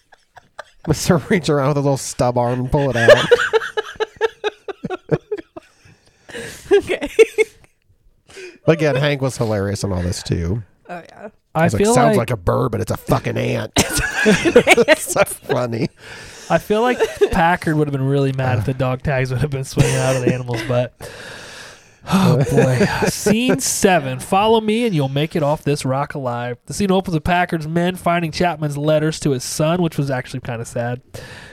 S2: Mr. reach around with a little stub arm and pull it out.
S4: Okay.
S2: Again, Hank was hilarious on all this too.
S3: Oh yeah.
S1: I
S2: He's like,
S1: feel
S2: sounds
S1: like,
S2: like, a bird, but it's a fucking ant. so funny.
S1: I feel like Packard would have been really mad if the dog tags would have been swinging out of the animal's butt. Oh boy. scene seven. Follow me and you'll make it off this rock alive. The scene opens with Packard's men finding Chapman's letters to his son, which was actually kind of sad.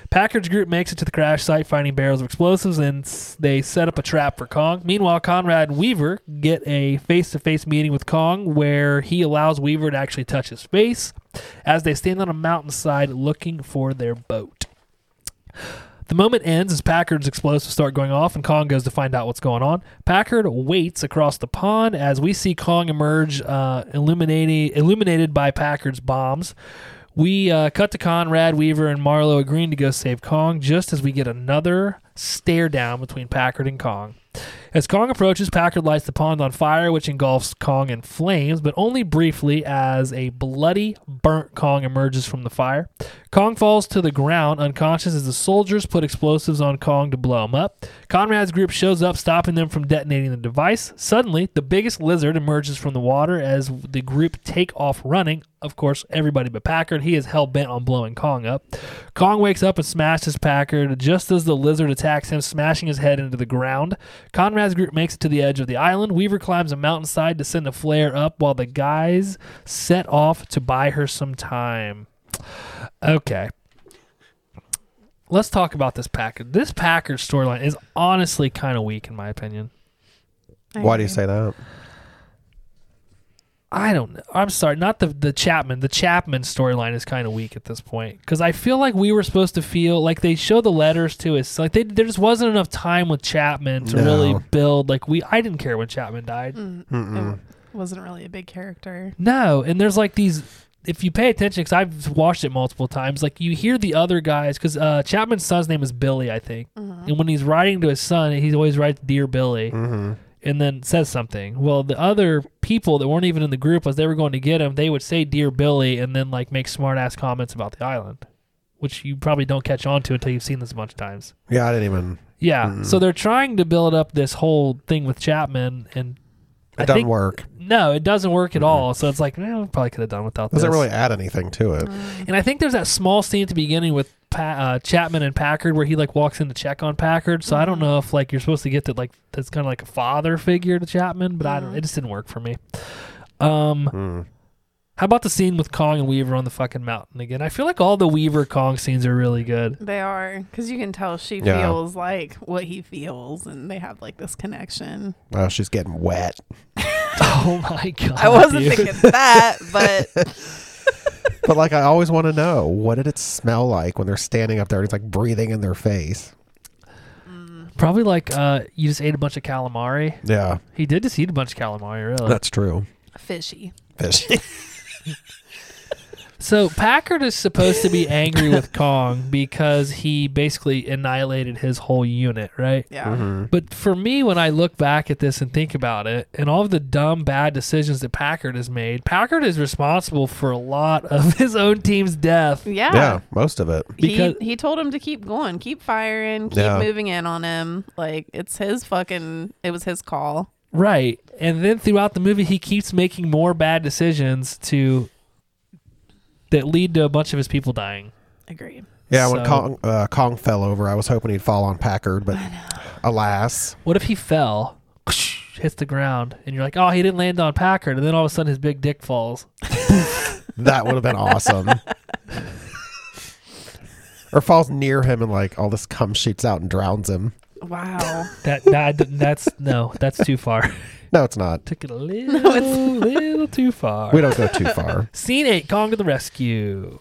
S1: Packard's group makes it to the crash site, finding barrels of explosives, and s- they set up a trap for Kong. Meanwhile, Conrad and Weaver get a face to face meeting with Kong where he allows Weaver to actually touch his face as they stand on a mountainside looking for their boat. The moment ends as Packard's explosives start going off and Kong goes to find out what's going on. Packard waits across the pond as we see Kong emerge, uh, illuminating, illuminated by Packard's bombs. We uh, cut to Conrad, Weaver, and Marlowe agreeing to go save Kong just as we get another stare down between Packard and Kong. As Kong approaches, Packard lights the pond on fire, which engulfs Kong in flames, but only briefly as a bloody, burnt Kong emerges from the fire. Kong falls to the ground unconscious as the soldiers put explosives on Kong to blow him up. Conrad's group shows up, stopping them from detonating the device. Suddenly, the biggest lizard emerges from the water as the group take off running. Of course, everybody but Packard. He is hell bent on blowing Kong up. Kong wakes up and smashes Packard just as the lizard attacks him, smashing his head into the ground. Conrad's group makes it to the edge of the island. Weaver climbs a mountainside to send a flare up while the guys set off to buy her some time. Okay. Let's talk about this Packard. This Packard storyline is honestly kind of weak, in my opinion.
S2: Why do you say that?
S1: I don't know. I'm sorry, not the the Chapman. The Chapman storyline is kind of weak at this point because I feel like we were supposed to feel like they show the letters to us. Like they, there just wasn't enough time with Chapman to
S2: No.
S1: really build. Like we, I didn't care when Chapman died.
S4: Mm,
S2: Mm-mm.
S4: it wasn't really a big character.
S1: No, and there's like these. If you pay attention, because I've watched it multiple times, like you hear the other guys, because uh, Chapman's son's name is Billy, I think, and when he's writing to his son, he always writes "Dear Billy."
S2: Mm-hmm.
S1: and then says something. Well, the other people that weren't even in the group, as they were going to get him, they would say "Dear Billy" and then like make smart ass comments about the island, which you probably don't catch on to until you've seen this a bunch of times.
S2: Yeah, I didn't even.
S1: Yeah,
S2: Mm.
S1: so they're trying to build up this whole thing with Chapman, and
S2: It
S1: I
S2: doesn't
S1: think-
S2: work.
S1: no, it doesn't work at all. So it's like, man, we probably could have done without
S2: Mm-hmm. Doesn't
S1: this.
S2: really add anything to it.
S4: Mm.
S1: And I think there's that small scene at the beginning with pa- uh, Chapman and Packard where he like walks in to check on Packard. So I
S4: Mm-hmm.
S1: don't know if like you're supposed to get that like that's kind of like a father figure to Chapman, but
S4: Mm-hmm.
S1: I don't. It just didn't work for me. Um,
S2: Mm.
S1: how about the scene with Kong and Weaver on the fucking mountain again? I feel like all the Weaver Kong scenes are really good.
S4: They are, because you can tell she
S2: Yeah.
S4: feels like what he feels, and they have like this connection.
S2: Oh, she's getting wet.
S1: Oh my god!
S4: I wasn't
S1: dude.
S4: thinking that, but
S2: But like, I always want to know what did it smell like when they're standing up there and it's like breathing in their face.
S1: Probably like uh, you just ate a bunch of calamari.
S2: Yeah,
S1: He did just eat a bunch of calamari, really.
S2: that's true.
S4: fishy.
S2: Fish.
S1: So Packard is supposed to be angry with Kong because he basically annihilated his whole unit, right?
S4: Yeah.
S2: Mm-hmm.
S1: But for me, when I look back at this and think about it, and all of the dumb, bad decisions that Packard has made, Packard is responsible for a lot of his own team's death.
S4: Yeah.
S2: yeah, most of it.
S1: Because-
S4: he, he told him to keep going, keep firing, keep
S2: Yeah.
S4: moving in on him. Like it's his fucking it was his call.
S1: Right. And then throughout the movie, he keeps making more bad decisions to that lead to a bunch of his people dying.
S4: Agreed.
S2: Yeah, when
S1: So-
S2: Kong uh, Kong fell over, I was hoping he'd fall on Packard, but alas,
S1: What if he fell, hits the ground, and you're like, oh, he didn't land on Packard. And then all of a sudden, his big dick falls.
S2: that would have been awesome. or falls near him and like all this cum shoots out and drowns him.
S4: Wow.
S1: That, that that's no, that's too far.
S2: No, it's not.
S1: Took it a little, little too far.
S2: We don't go too far.
S1: Scene eight: Kong to the rescue.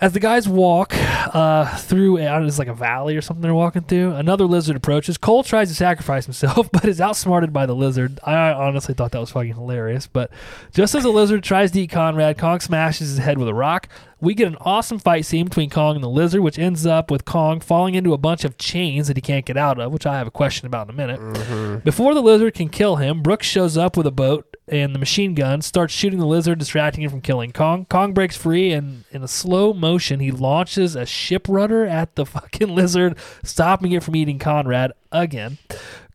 S1: As the guys walk uh, through, I don't know, it's like a valley or something they're walking through. Another lizard approaches. Cole tries to sacrifice himself, but is outsmarted by the lizard. I honestly thought that was fucking hilarious. But just as the lizard tries to eat Conrad, Kong smashes his head with a rock. We get an awesome fight scene between Kong and the lizard, which ends up with Kong falling into a bunch of chains that he can't get out of, which I have a question about in a minute. Before the lizard can kill him, Brooks shows up with a boat and the machine gun, starts shooting the lizard, distracting him from killing Kong. Kong breaks free, and in a slow motion, he launches a ship rudder at the fucking lizard, stopping it from eating Conrad again.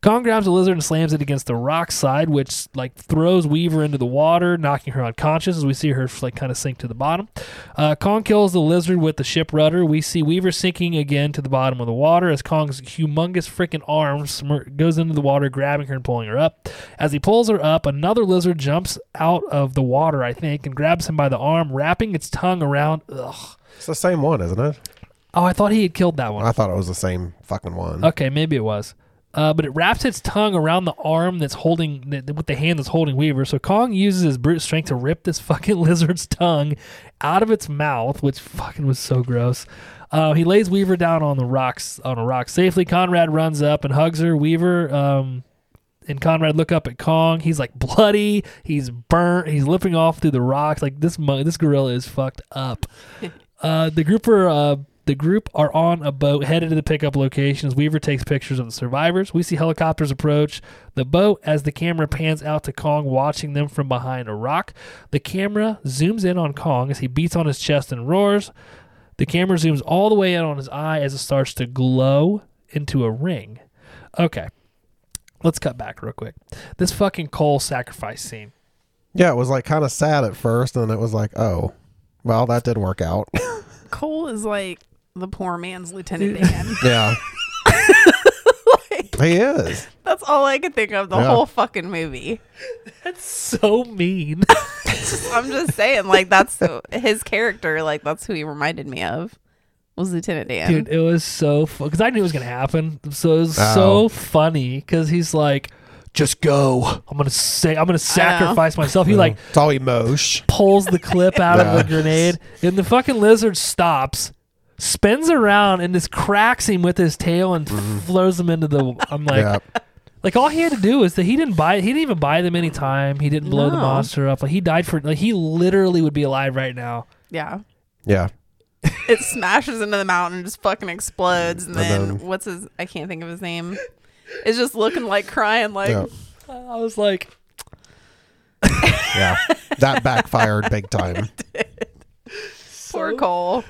S1: Kong grabs the lizard and slams it against the rock side, which like throws Weaver into the water, knocking her unconscious as we see her like kind of sink to the bottom. Uh, Kong kills the lizard with the ship rudder. We see Weaver sinking again to the bottom of the water as Kong's humongous freaking arm smir- goes into the water, grabbing her and pulling her up. As he pulls her up, another lizard jumps out of the water, I think, and grabs him by the arm, wrapping its tongue around. Ugh.
S2: It's the same one, isn't it?
S1: Oh, I thought he had killed that one.
S2: I thought it was the same fucking one.
S1: Okay, maybe it was. Uh, but it wraps its tongue around the arm that's holding that, with the hand that's holding Weaver. So Kong uses his brute strength to rip this fucking lizard's tongue out of its mouth, which fucking was so gross. Uh, he lays Weaver down on the rocks on a rock safely. Conrad runs up and hugs her. Weaver um, and Conrad look up at Kong. He's like bloody. He's burnt. He's lipping off through the rocks. Like this mon- this gorilla is fucked up. Uh, the group are uh, the group are on a boat headed to the pickup location as Weaver takes pictures of the survivors. We see helicopters approach the boat as the camera pans out to Kong watching them from behind a rock. The camera zooms in on Kong as he beats on his chest and roars. The camera zooms all the way in on his eye as it starts to glow into a ring. Okay. Let's cut back real quick. This fucking Cole sacrifice scene.
S2: Yeah, it was like kind of sad at first, and then it was like, oh, well, that didn't work out.
S4: Cole is like the poor man's Lieutenant Dan.
S2: yeah. he is.
S4: That's all I could think of the
S2: Yeah.
S4: whole fucking movie.
S1: So mean.
S4: I'm just saying, like that's his character. Like that's who he reminded me of was Lieutenant Dan.
S1: Dude, it was so fun because I knew it was gonna happen. So it was
S2: Oh.
S1: so funny because he's like, "Just go. I'm gonna say I'm gonna sacrifice myself." He like
S2: It's all emosh.
S1: pulls the clip out of
S2: Yeah.
S1: the grenade, and the fucking lizard stops, spins around, and just cracks him with his tail and throws him into the. I'm like,
S2: Mm-hmm. yeah.
S1: like all he had to do is that he didn't buy he didn't even buy them any time. He didn't blow the
S4: No.
S1: monster up. Like he died for like he literally would be alive right now.
S4: yeah,
S2: Yeah.
S4: it smashes into the mountain, just fucking explodes, and
S2: And
S4: then,
S2: then-
S4: what's his? I can't think of his name. Is just looking like crying, like
S2: Yeah.
S1: I was like,
S2: Yeah. that backfired big time.
S4: poor Cole.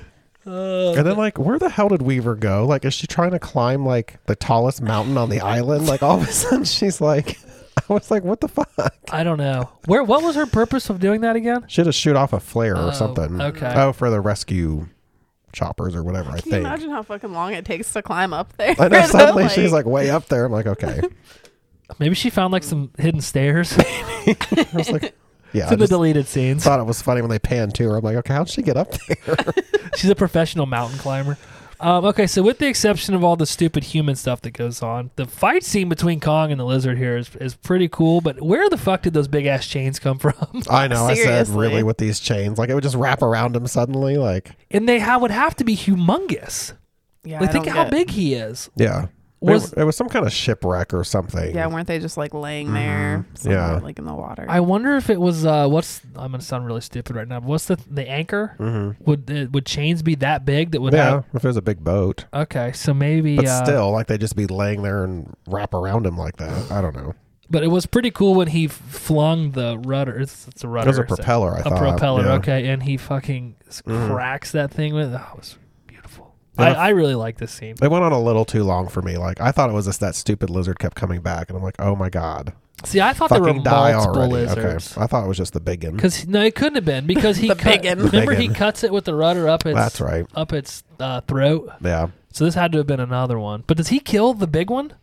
S1: uh,
S2: And then, like, where the hell did Weaver go? Like, is she trying to climb, like, the tallest mountain on the island? Like, all of a sudden, she's like, I was like, what the fuck?
S1: I don't know where. What was her purpose of doing that again?
S2: She had to shoot off a flare
S1: Oh,
S2: or something.
S1: okay.
S2: Oh, for the rescue choppers or whatever, I
S4: Can you
S2: think.
S4: imagine how fucking long it takes to climb up there?
S2: I know
S4: though?
S2: suddenly she's like way up there. I'm like, okay.
S1: Maybe she found like some hidden stairs. it's
S2: I was like, yeah. I
S1: in the
S2: just
S1: deleted scenes.
S2: thought it was funny when they panned to her. I'm like, okay, how'd she get up there?
S1: She's a professional mountain climber. Um, okay, so with the exception of all the stupid human stuff that goes on, the fight scene between Kong and the lizard here is, is pretty cool. But where the fuck did those big ass chains come from?
S2: I know. I said,
S4: Seriously.
S2: really, with these chains, like it would just wrap around him suddenly. Like,
S1: and they ha- would have to be humongous.
S4: yeah,
S1: Like, think
S4: don't
S1: how
S4: get-
S1: big he is.
S2: yeah.
S1: Was-
S2: it, it was some kind of shipwreck or something.
S4: Yeah, weren't they just like laying there, somewhere,
S2: Yeah.
S4: like in the water?
S1: Mm-hmm. I wonder if it was uh, what's. I'm gonna sound really stupid right now. But what's the the anchor? Would uh, would chains be that big that would?
S2: Mm-hmm. Yeah.
S1: Have,
S2: If it was a big boat,
S1: okay, so maybe.
S2: but
S1: uh,
S2: still, like they'd just be laying there and wrap around him like that. I don't know.
S1: But it was pretty cool when he f- flung the rudder. It's, it's a
S2: It
S1: rudder.
S2: was a
S1: is it?
S2: propeller. I
S1: A
S2: thought.
S1: propeller.
S2: Yeah. Mm-hmm.
S1: Okay, and he fucking s cracks that thing with. Oh, it was beautiful.
S2: Yeah.
S1: I, I really like this scene.
S2: It went on a little too long for me. Like I thought it was just that stupid lizard kept coming back, and I'm like, oh my god,
S1: See, I thought there were
S2: fucking die
S1: multiple
S2: already.
S1: lizards.
S2: Okay, I thought it was just the big one.
S1: Because no, it couldn't have been because he
S4: The
S1: cut,
S4: big 'un.
S1: remember
S2: Big
S1: he
S2: 'un.
S1: cuts it with the rudder up its
S2: That's right.
S1: up its uh, throat.
S2: Yeah.
S1: So this had to have been another one. But does he kill the big one?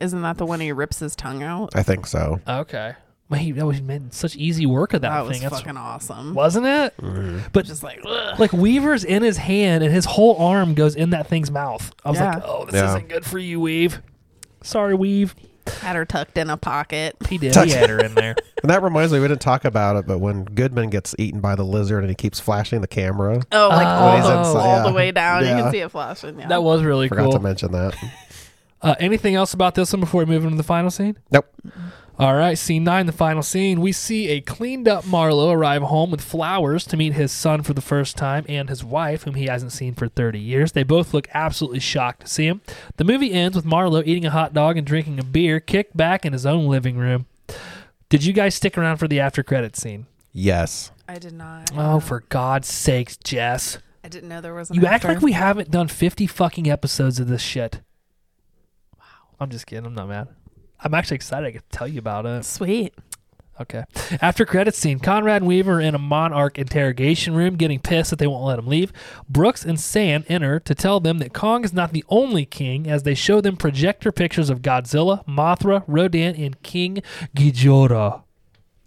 S4: Isn't that the one he rips his tongue out?
S2: I think so.
S1: Okay, well, he always made such easy work of that,
S4: That was
S1: thing. That's-
S4: fucking awesome.
S1: wasn't it? But
S4: Just like, ugh.
S1: like Weaver's in his hand and his whole arm goes in that thing's mouth. I was like,
S4: Yeah.
S1: oh, this
S2: Yeah.
S1: isn't good for you, Weave. Sorry, Weave.
S4: had her tucked in a pocket.
S1: He did.
S2: Touch-
S1: He had her in there.
S2: And that reminds me, we didn't talk about it, but when Goodman gets eaten by the lizard and he keeps flashing the camera,
S4: Oh, like all,
S1: he's
S4: the,
S1: inside,
S4: all the
S2: yeah.
S4: way down. You
S2: Yeah.
S4: can see it flashing. Yeah.
S1: That was really
S2: forgot
S1: cool.
S2: to mention that.
S1: Uh, anything else about this one before we move into the final scene?
S2: Nope.
S1: All right, scene nine, the final scene. We see a cleaned up Marlowe arrive home with flowers to meet his son for the first time and his wife, whom he hasn't seen for 30 years. They both look absolutely shocked to see him. The movie ends with Marlowe eating a hot dog and drinking a beer, kicked back in his own living room. Did you guys stick around for the after credit scene?
S2: Yes.
S4: I did not.
S1: Oh, for God's sakes, Jess.
S4: I didn't know there was an
S1: You act
S4: after.
S1: like we haven't done 50 fucking episodes of this shit. Wow. I'm just kidding. I'm not mad. I'm actually excited I could tell you about it.
S4: Sweet.
S1: Okay. After credits scene, Conrad and Weaver are in a Monarch interrogation room, getting pissed that they won't let him leave. Brooks and San enter to tell them that Kong is not the only king, as they show them projector pictures of Godzilla, Mothra, Rodan, and King Ghidorah.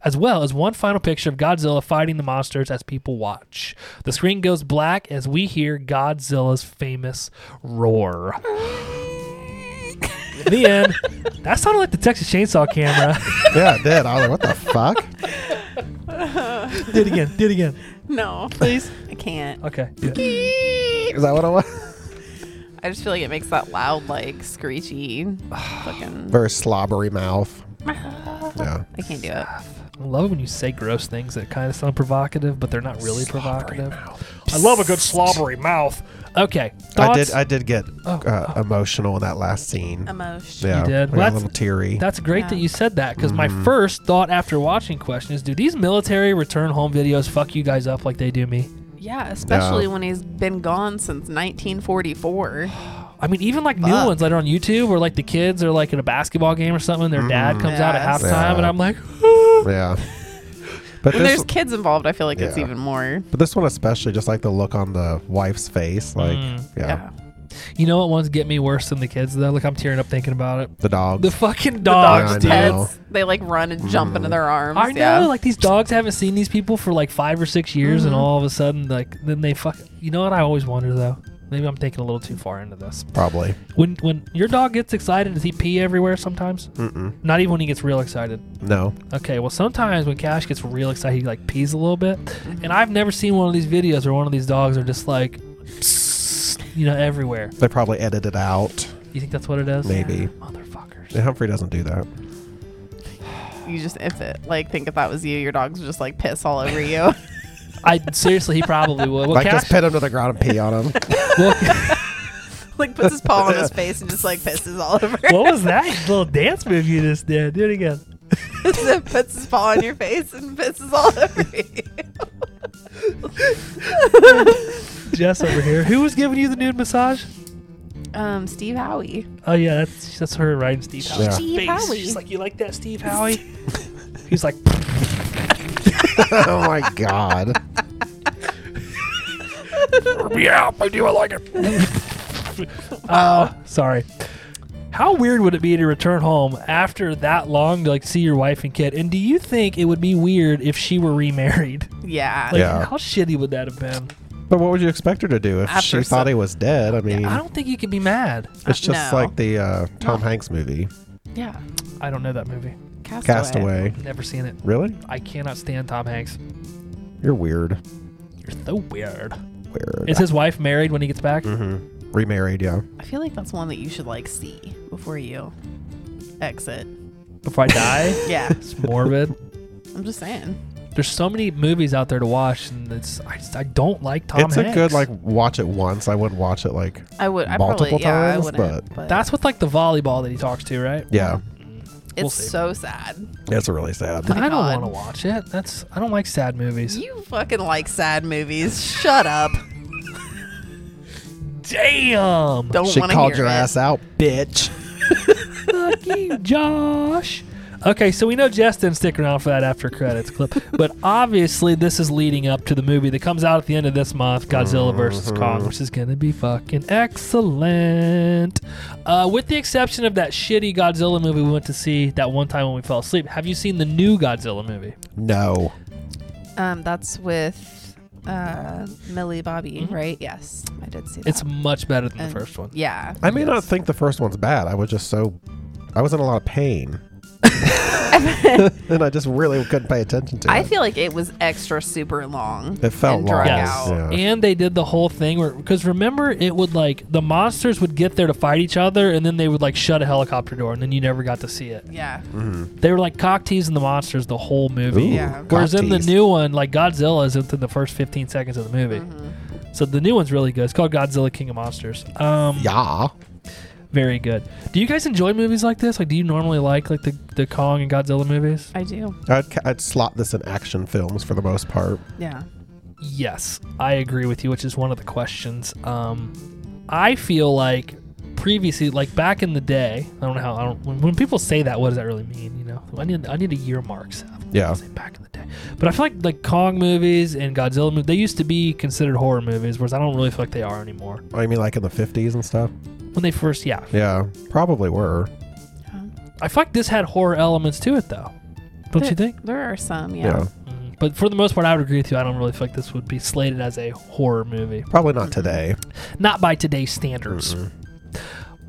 S1: As well as one final picture of Godzilla fighting the monsters as people watch. The screen goes black as we hear Godzilla's famous roar. the end. That sounded like the Texas Chainsaw camera.
S2: Yeah, it did. I was like, what the fuck?
S1: did it again. Did it again.
S4: No, please. I can't.
S1: Okay.
S2: Is that what I want?
S4: I just feel like it makes that loud, like screechy, fucking.
S2: Very slobbery mouth. Yeah.
S4: I can't do it.
S1: I love it when you say gross things that kind of sound provocative, but they're not really provocative. I love a good slobbery mouth. Okay.
S2: I
S1: Thoughts? Oh.
S2: did. I did get uh, emotional in that last scene.
S4: Emotion.
S2: yeah,
S1: You did.
S2: I
S1: Well,
S2: got
S1: that's-
S2: a little teary.
S1: That's great that you said that because my first thought after watching question is do these military return home videos fuck you guys up like they do me?
S4: Yeah, especially when he's been gone since 1944.
S1: I mean, even like new ones later on YouTube where like the kids are like in a basketball game or something, their dad comes out at
S4: Yes.
S1: halftime, and I'm like,
S2: yeah. But
S4: When
S2: this,
S4: there's kids involved, I feel like it's
S2: Yeah.
S4: even more.
S2: but this one especially, just like the look on the wife's face, like
S1: Mm.
S2: yeah,
S4: Yeah.
S1: you know what ones get me worse than the kids though? Like I'm tearing up thinking about it.
S2: the dog.
S1: The fucking dogs,
S2: I
S1: dude.
S2: know. Mm.
S4: Pets, they like run and jump into their arms.
S1: I know,
S4: yeah.
S1: like these dogs haven't seen these people for like five or six years, and all of a sudden, like then they fuck. You know what? I always wonder though. Maybe I'm thinking a little too far into this.
S2: probably.
S1: When when your dog gets excited, does he pee everywhere? Sometimes.
S2: Mm-mm.
S1: Not even when he gets real excited.
S2: No.
S1: Okay, well sometimes when Cash gets real excited, he like pees a little bit. And I've never seen one of these videos where one of these dogs are just like, you know, everywhere.
S2: They probably edit it out.
S1: You think that's what it is?
S2: Maybe.
S1: Motherfuckers.
S2: Yeah, Humphrey doesn't do that.
S4: you just if it like think if that was you, your dogs would just like piss all over you.
S1: I seriously, he probably would. Well,
S2: like
S1: Cash,
S2: just pet him to the ground and pee on him.
S1: well,
S4: like puts his paw on his face and just like pisses all over.
S1: what was that little dance move you just did? Do it again.
S4: It puts his paw on your face and pisses all over you.
S1: Jess over here. Who was giving you the nude massage?
S4: Um, Steve Howie.
S1: Oh yeah, that's that's her riding Steve Howie.
S2: Yeah.
S1: Steve Howie. She's like, you like that Steve Howie? He's like,
S2: oh my god. yeah, I do. I like it.
S1: oh, sorry. How weird would it be to return home after that long to like see your wife and kid? And do you think it would be weird if she were remarried?
S4: Yeah.
S1: Like,
S2: Yeah.
S1: how shitty would that have been?
S2: But what would you expect her to do if
S4: After
S2: she thought
S4: some-
S2: he was dead? I mean,
S1: I don't think you can be mad.
S2: it's
S4: No.
S2: just like the uh, Tom Hanks movie,
S4: yeah.
S1: I don't know that movie.
S4: Castaway.
S2: Castaway.
S1: Never seen it.
S2: Really?
S1: I cannot stand Tom Hanks.
S2: You're weird.
S1: You're so weird.
S2: Weird.
S1: Is his wife married when he gets back?
S2: Mhm. Remarried, yeah.
S4: I feel like that's one that you should like see before you exit.
S1: Before I die?
S4: Yeah.
S1: it's morbid.
S4: I'm just saying.
S1: There's so many movies out there to watch, and it's I, just- I don't like
S4: Oh,
S1: Tom
S2: it's
S1: Hanks.
S2: a good like watch it once. I wouldn't watch it like
S4: I would. I
S2: Multiple
S4: probably. Yeah. I
S2: times,
S4: wouldn't. But,
S1: That's with like the volleyball that he talks to, right?
S2: yeah.
S4: it's
S1: we'll see.
S4: so sad.
S2: It's really sad.
S1: I don't
S4: God.
S1: want to watch it. That's I don't like sad movies.
S4: You fucking like sad movies. Shut up.
S1: Damn.
S4: Don't
S2: She
S4: want to
S2: called
S4: hear
S2: your
S4: it.
S2: ass out, bitch.
S1: Fuck you, Josh. Okay, so we know Jess didn't stick around for that after credits clip, but obviously this is leading up to the movie that comes out at the end of this month, Godzilla vs Kong, which is gonna be fucking excellent. Uh, with the exception of that shitty Godzilla movie we went to see that one time when we fell asleep, have you seen the new Godzilla movie?
S2: No.
S4: Um, that's with uh Millie Bobby, right? Yes, I did see that.
S1: Mm-hmm. It's much better than
S4: And-
S1: the first one.
S4: yeah.
S2: I may not think the first one's bad. I was just so I was in a lot of pain. and I just really couldn't pay attention to
S4: I
S2: it.
S4: feel like it was extra super long.
S2: It felt
S4: and drug
S2: long.
S1: Yes.
S4: out.
S2: Yeah.
S1: And they did the whole thing where, because remember, it would like the monsters would get there to fight each other, and then they would like shut a helicopter door, and then you never got to see it.
S4: Yeah.
S2: Mm.
S1: They were like cock teasing the monsters the whole movie.
S2: Ooh,
S4: Yeah.
S2: cock
S1: Whereas in the
S2: tease.
S1: new one, like Godzilla is within the first 15 seconds of the movie. So the new one's really good. It's called Godzilla King of Monsters. Um,
S2: Yeah.
S1: Very good. Do you guys enjoy movies like this? Like, do you normally like like the, the Kong and Godzilla movies?
S4: I do.
S2: I'd, ca- I'd slot this in action films for the most part.
S4: Yeah.
S1: Yes, I agree with you, which is one of the questions. Um, I feel like previously, like back in the day, I don't know how. I don't, when, when people say that, what does that really mean? You know, I need I need a year marks.
S2: Yeah.
S1: Say back in the day, but I feel like like Kong movies and Godzilla movies, they used to be considered horror movies, whereas I don't really feel like they are anymore.
S2: I mean, like in the 50s and stuff?
S1: When they first, yeah,
S2: Yeah. Probably were.
S1: I feel like this had horror elements to it, though. Don't you think?
S4: There are some, yeah.
S2: Yeah.
S1: Mhm. But for the most part, I would agree with you. I don't really feel like this would be slated as a horror movie,
S2: Probably not today.
S1: not by today's standards.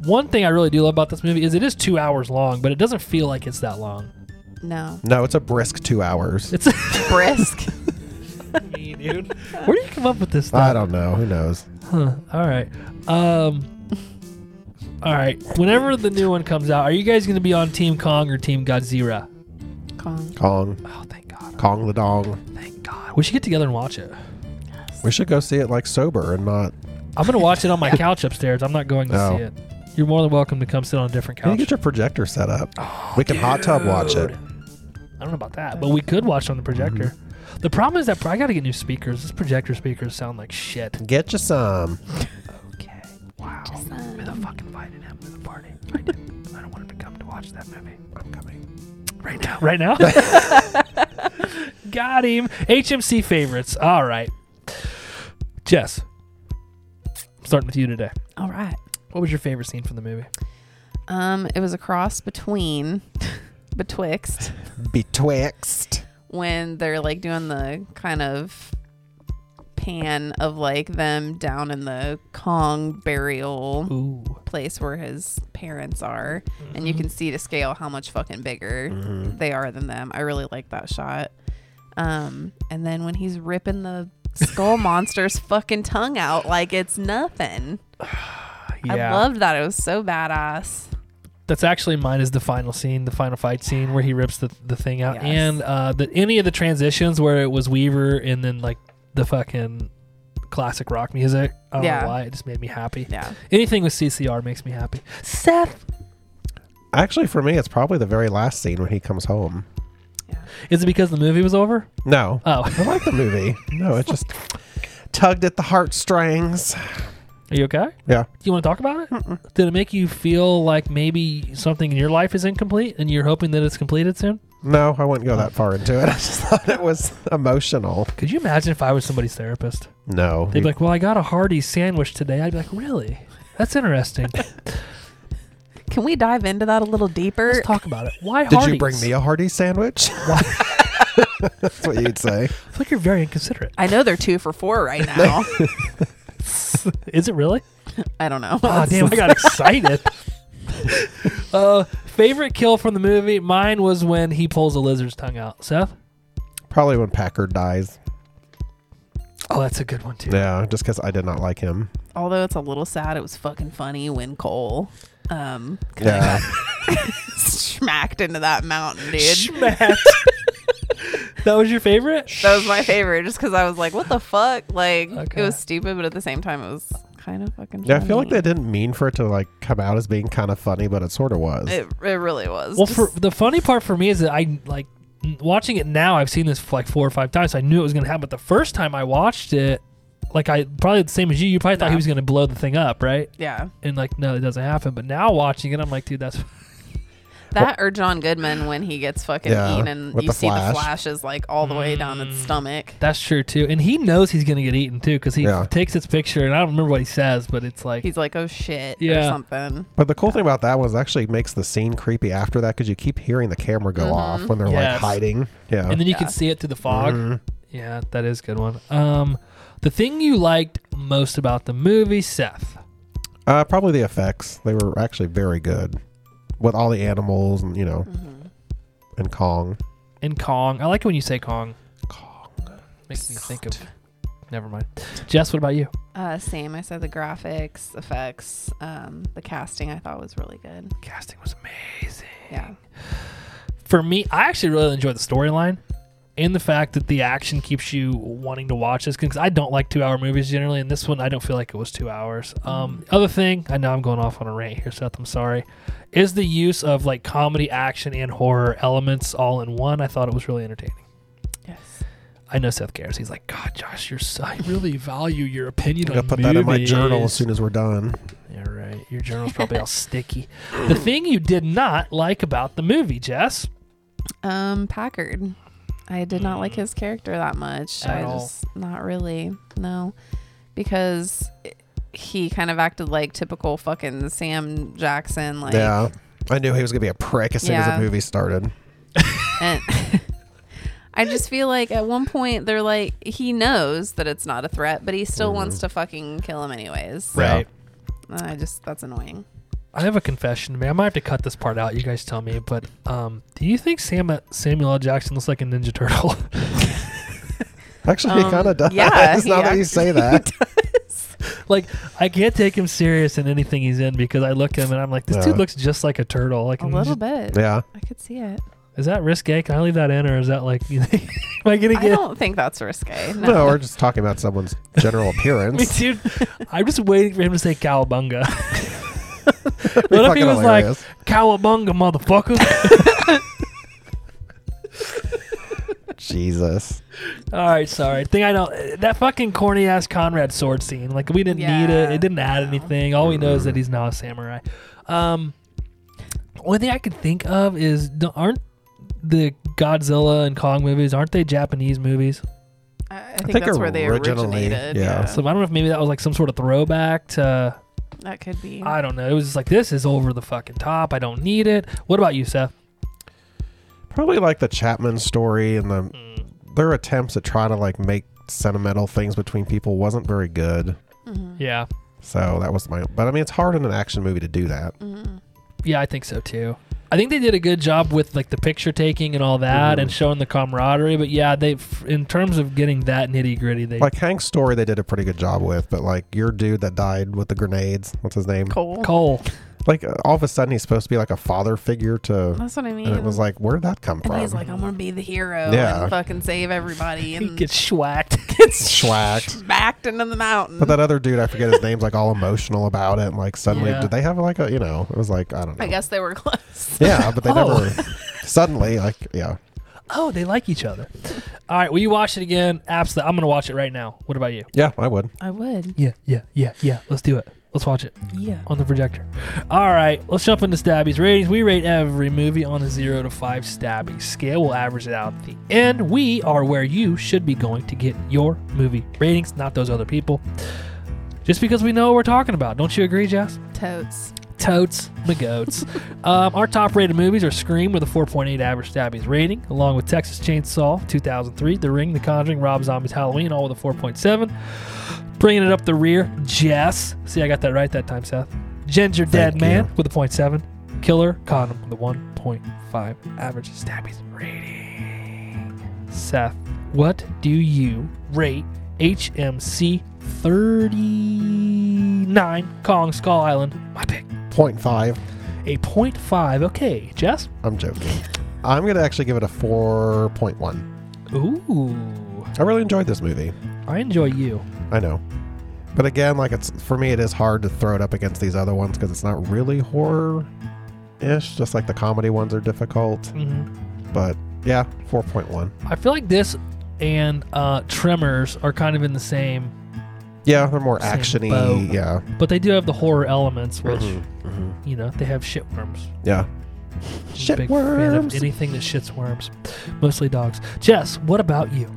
S1: One thing I really do love about this movie is it is two hours long, but it doesn't feel like it's that long.
S4: No.
S2: No, it's a brisk two hours.
S1: It's
S4: Brisk.
S1: me, dude. Where do you come up with this stuff?
S2: I don't know. Who knows?
S1: Huh. All right. Um. All right. Whenever the new one comes out, are you guys going to be on Team Kong or Team Godzilla?
S4: Kong.
S2: Kong.
S1: Oh, thank God.
S2: Kong the Dong.
S1: Thank God. We should get together and watch it.
S2: We should go see it like sober and not.
S1: I'm going to watch it on my couch upstairs. I'm not going to
S2: No.
S1: see it. You're more than welcome to come sit on a different
S2: Can you
S1: couch.
S2: get your projector set up?
S1: Oh,
S2: we can hot tub watch it.
S1: I don't know about that, but we could watch on the projector.
S2: Mm-hmm.
S1: The problem is that pro- I got to get new speakers. This projector speakers sound like shit.
S2: Get you some.
S1: Okay. Wow.
S4: um,
S1: Who the fuck invited him to the party? I, didn't. I don't want him to come to watch that movie. I'm coming. Right now. Right now? got him. HMC favorites. All right. Jess, starting with you today.
S4: All right.
S1: What was your favorite scene from the movie?
S4: Um, it was a cross between betwixt
S2: Betwixt.
S4: when they're like doing the kind of pan of like them down in the Kong burial
S1: Ooh.
S4: place where his parents are and you can see to scale how much fucking bigger
S1: Mm-hmm.
S4: they are than them. I really like that shot. Um and then when he's ripping the skull monster's fucking tongue out like it's nothing. I loved that. It was so badass.
S1: That's actually mine is the final scene, the final fight scene where he rips the, the thing out.
S4: Yes.
S1: And uh, the, any of the transitions where it was Weaver and then like the fucking classic rock music. I don't
S4: Yeah.
S1: know why. It just made me happy.
S4: Yeah.
S1: Anything with CCR makes me happy. Seth!
S2: Actually, for me, it's probably the very last scene when he comes home.
S1: Is it because the movie was over?
S2: No.
S1: Oh.
S2: I like the movie. No, it just tugged at the heartstrings.
S1: Are you okay?
S2: Yeah.
S1: Do you want to talk about it? Did it make you feel like maybe something in your life is incomplete and you're hoping that it's completed soon?
S2: No, I wouldn't go that far into it. I just thought it was emotional.
S1: Could you imagine if I was somebody's therapist?
S2: No.
S1: They'd be like, "Well, I got a hearty sandwich today." I'd be like, "Really? That's interesting.
S4: Can we dive into that a little deeper?
S1: Let's talk about it. Why
S2: Did
S1: Hardee's?
S2: you bring me a hearty sandwich? That's what you'd say.
S1: I feel like you're very inconsiderate.
S4: I know they're two for four right now.
S1: Is it really?
S4: I don't know.
S1: Oh, damn! I got excited. uh, favorite kill from the movie? Mine was when he pulls a lizard's tongue out. Seth?
S2: Probably when Packard dies.
S1: Oh, that's a good one too.
S2: Yeah, just because I did not like him.
S4: Although it's a little sad, it was fucking funny when Cole um kinda
S2: Yeah.
S4: got smacked into that mountain, dude.
S1: Schmat. that was your favorite?
S4: that was my favorite, just because I was like, "What the fuck?" Like
S1: Okay.
S4: it was stupid, but at the same time, it was kind of fucking.
S2: Yeah, I feel like
S4: funny.
S2: they didn't mean for it to like come out as being kind of funny, but it sort of was.
S4: It, it really was.
S1: Well,
S4: Just-
S1: for the funny part for me is that I like n- watching it now. I've seen this like four or five times. So I knew it was gonna happen. But the first time I watched it, like I probably the same as you. You probably thought he
S4: Yeah.
S1: was gonna blow the thing up, right?
S4: yeah,
S1: And like, no, it doesn't happen. But now watching it, I'm like, dude, that's
S4: that or John Goodman when he gets fucking
S2: Yeah,
S4: eaten and
S2: with
S4: you
S2: the
S4: see
S2: flash. Mm.
S4: the flashes like all the way down its stomach.
S1: that's true too. And he knows he's gonna get eaten too because he
S2: Yeah.
S1: takes its picture. And I don't remember what he says, but it's like,
S4: He's like, "Oh shit,"
S1: Yeah.
S4: or something.
S2: but the cool thing about that was it actually makes the scene creepy after that because you keep hearing the camera
S4: Mm-hmm.
S2: go off when they're
S1: Yes.
S2: like hiding. Yeah. Mm-hmm.
S1: and then you can
S4: Yeah.
S1: see it through the fog.
S2: Mm.
S1: Yeah, that is a good one. Um, the thing you liked most about the movie, Seth.
S4: Mm-hmm.
S2: uh, probably the effects. They were actually very good with all the animals and, you know, and Kong.
S1: And Kong. I like it when you say Kong. Makes me think of. Never mind. Jess, what about you?
S4: Uh, same. I said the graphics, effects, um, the casting. I thought was really good.
S1: Casting was amazing.
S4: Yeah.
S1: For me, I actually really enjoyed the storyline and the fact that the action keeps you wanting to watch this because I don't like two hour movies generally. And this one, I don't feel like it was two hours. Um, Other thing, I know I'm going off on a rant here, Seth. I'm sorry. Is the use of like comedy, action, and horror elements all in one. I thought it was really entertaining.
S4: Yes.
S1: I know Seth cares. He's like, God, Josh, you're so, I really value your opinion
S2: I'm gonna
S1: on
S2: put that in my journal as
S1: movies."
S2: soon as we're done.
S1: Yeah, right. Your journal's probably all sticky. The thing you did not like about the movie, Jess.
S4: Um, Packard. I did not like his character that much.
S1: Mm. At
S4: I
S1: all.
S4: just not really. No. Because he kind of acted like typical fucking Sam Jackson like
S2: yeah, I knew he was gonna be a prick as soon as
S4: Yeah.
S2: the movie started.
S4: And I just feel like at one point they're like, he knows that it's not a threat, but he still wants to fucking kill him anyways.
S2: Mm-hmm. Right. Yeah.
S4: And I just that's annoying.
S1: I have a confession to make. I might have to cut this part out. You guys tell me. But um, do you think Sam Samuel L. Jackson looks like a Ninja Turtle?
S2: Actually, he
S4: Um,
S2: kind of does.
S4: yeah,
S2: it's
S4: he
S2: not that you say that.
S1: like, I can't take him serious in anything he's in because I look at him and I'm like, this
S2: Yeah.
S1: dude looks just like a turtle. Like, a
S4: A little
S1: ninja-
S4: bit.
S2: yeah,
S4: I could see it.
S1: is that risque? Can I leave that in, or is that like, you think, am I gonna
S4: I
S1: get?
S4: don't think that's risque. No.
S2: no. we're just talking about someone's general
S1: Me
S2: appearance.
S1: too. I'm just waiting for him to say cowabunga.
S2: Be
S1: what if he
S2: fucking
S1: was
S2: hilarious.
S1: like cowabunga, motherfucker?
S2: Jesus?
S1: All right, sorry. Thing I know that fucking corny ass Conrad sword scene. Like we didn't need it.
S4: Yeah,
S1: It didn't add
S4: no.
S1: anything. All we know is that he's now a samurai. Um, only thing I can think of is the- aren't the Godzilla and Kong movies aren't they Japanese movies?
S4: I, I think,
S2: think
S4: that's where they
S2: originally,
S4: originated.
S2: yeah.
S4: Yeah.
S1: So I don't know if maybe that was like some sort of throwback to
S4: that could be.
S1: I don't know. It was just like this is over the fucking top. I don't need it. What about you, Seth?
S2: Probably like the Chapman story and the
S1: Mm.
S2: their attempts at try to like make sentimental things between people wasn't very good.
S4: Mhm.
S1: Yeah.
S2: So that was my. But I mean, it's hard in an action movie to do that.
S4: Mhm.
S1: Yeah, I think so too. I think they did a good job with like the picture taking and all that, and showing the camaraderie. But yeah, they f- in terms of getting that nitty gritty, they
S2: Like Hank's story, they did a pretty good job with. But like your dude that died with the grenades, what's his name?
S4: Cool.
S1: Cole.
S2: Like uh, all of a sudden, he's supposed to be like a father figure to.
S4: That's what I mean.
S2: And it was like, where'd that come
S4: and
S2: from?
S4: he's like, I'm gonna be the hero
S2: Yeah.
S4: and fucking save everybody
S1: He
S4: and
S1: gets schwacked.
S2: Schwacked.
S4: backed into the mountain.
S2: But that other dude, I forget his name's like all emotional about it. And like suddenly,
S1: Yeah.
S2: did they have like a, you know, it was like, I don't know.
S4: I guess they were close.
S2: Yeah, but they
S1: Oh.
S2: never. Suddenly, like, yeah.
S1: oh, they like each other. All right, will you watch it again? Absolutely. I'm gonna watch it right now. What about you?
S2: Yeah, I would.
S4: I would.
S1: Yeah, yeah, yeah, yeah. Let's do it. Let's watch it
S4: Yeah.
S1: on the projector. All right, let's jump into Stabby's ratings. We rate every movie on a zero to five Stabby scale. We'll average it out at the end. We are where you should be going to get your movie ratings, not those other people. Just because we know what we're talking about. Don't you agree, Jess?
S4: Totes.
S1: Totes, the goats. um, our top rated movies are Scream with a 4.8 average Stabby's rating, along with Texas Chainsaw 2003, The Ring, The Conjuring, Rob Zombie's Halloween, all with a 4.7. Bringing it up the rear, Jess. See, I got that right that time, Seth. Ginger Dead
S2: you.
S1: Man with a 0.7. Killer Condom with a 1.5 average Stabby's rating. Seth, what do you rate HMC 39 Kong Skull Island? My pick
S2: Point five.
S1: a 0.5. Okay, Jess.
S2: I'm joking. I'm going to actually give it a 4.1.
S1: Ooh,
S2: I really enjoyed this movie.
S1: I enjoy you.
S2: I know. But again, like it's for me, it is hard to throw it up against these other ones because it's not really horror ish. Just like the comedy ones are difficult.
S1: Mm-hmm.
S2: But yeah, 4.1.
S1: I feel like this and uh, Tremors are kind of in the same,
S2: Yeah, they're more
S1: Same
S2: actiony.
S1: boat.
S2: Yeah.
S1: but they do have the horror elements, which
S2: Mhm, mhm.
S1: you know they have shitworms.
S2: Yeah.
S1: I'm a
S2: Shit
S1: big fan of
S2: worms.
S1: anything that shits worms, mostly dogs. Jess, what about you?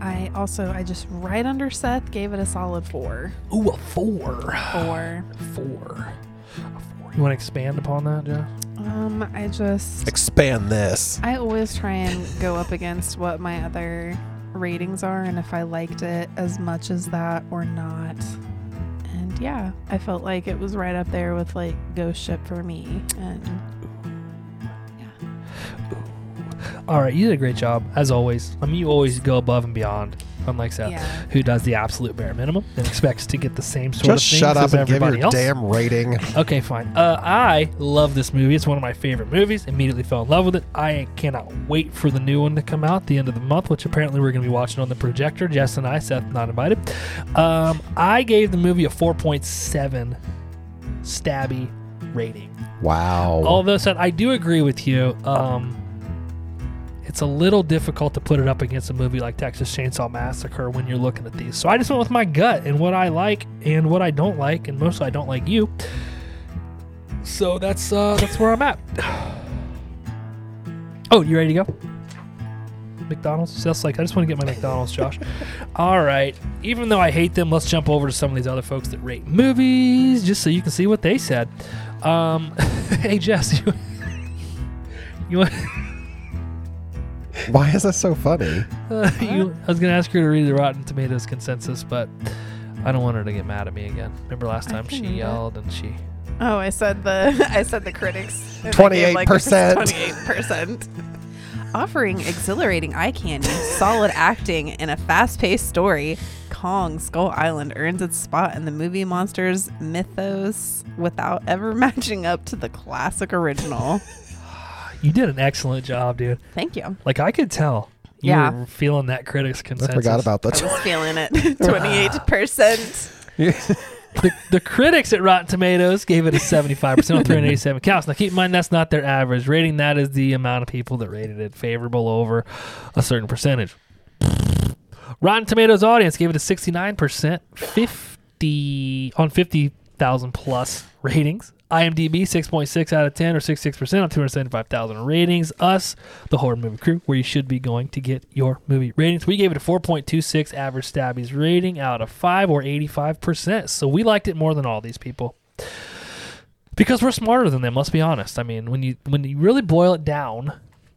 S4: I also I just right under Seth gave it a solid four.
S1: Ooh, a four.
S4: Four.
S1: Four. A four. You want to expand upon that, Jess?
S4: Um, I just
S2: Expand this.
S4: I always try and go up against what my other ratings are and if I liked it as much as that or not. And yeah, I felt like it was right up there with like Ghost Ship for me. And
S1: All right, you did a great job as always. I mean, you always go above and beyond, unlike Seth,
S4: Yeah.
S1: who does the absolute bare minimum and expects to get the same sort
S2: Just
S1: of things
S2: shut up
S1: as
S2: and give
S1: everybody
S2: your
S1: else.
S2: damn rating.
S1: Okay, fine. Uh, I love this movie. It's one of my favorite movies. Immediately fell in love with it. I cannot wait for the new one to come out the end of the month, which apparently we're going to be watching on the projector. Jess and I, Seth not invited. Um, I gave the movie a 4.7 stabby rating.
S2: Wow.
S1: Although, Seth, I do agree with you. Um, it's a little difficult to put it up against a movie like Texas Chainsaw Massacre when you're looking at these. So I just went with my gut and what I like and what I don't like, and mostly I don't like you. So that's uh, that's where I'm at. Oh, you ready to go? McDonald's. Seth's like, I just want to get my McDonald's, Josh. All right. Even though I hate them, let's jump over to some of these other folks that rate movies, just so you can see what they said. Um, hey Jess, you, you want?
S2: Why is that so funny?
S1: Uh, you, I was gonna ask her to read the Rotten Tomatoes consensus, but I don't want her to get mad at me again. Remember last time she yelled and she.
S4: Oh, I said the I said the critics.
S2: 28%.
S4: Twenty-eight percent. Offering exhilarating eye candy, solid acting, and a fast-paced story, Kong Skull Island earns its spot in the movie monsters mythos without ever matching up to the classic original.
S1: You did an excellent job, dude.
S4: Thank you.
S1: Like I could tell. You
S4: Yeah.
S1: were feeling that critics
S2: I
S1: consensus.
S2: forgot about
S4: I
S2: that.
S4: was feeling it. Twenty-eight percent.
S1: the, the critics at Rotten Tomatoes gave it a 75% on 387 counts. Now, keep in mind, that's not their average rating. That is the amount of people that rated it favorable over a certain percentage. Rotten Tomatoes audience gave it a 69%, 50 on 50,000 plus ratings. IMDb 6.6 out of 10 or 66% on 275,000 ratings. Us, the horror movie crew, where you should be going to get your movie ratings. We gave it a 4.26 average Stabbies rating out of 5 or 85%. So we liked it more than all these people. Because we're smarter than them, let's be honest. I mean, when you when you really boil it down,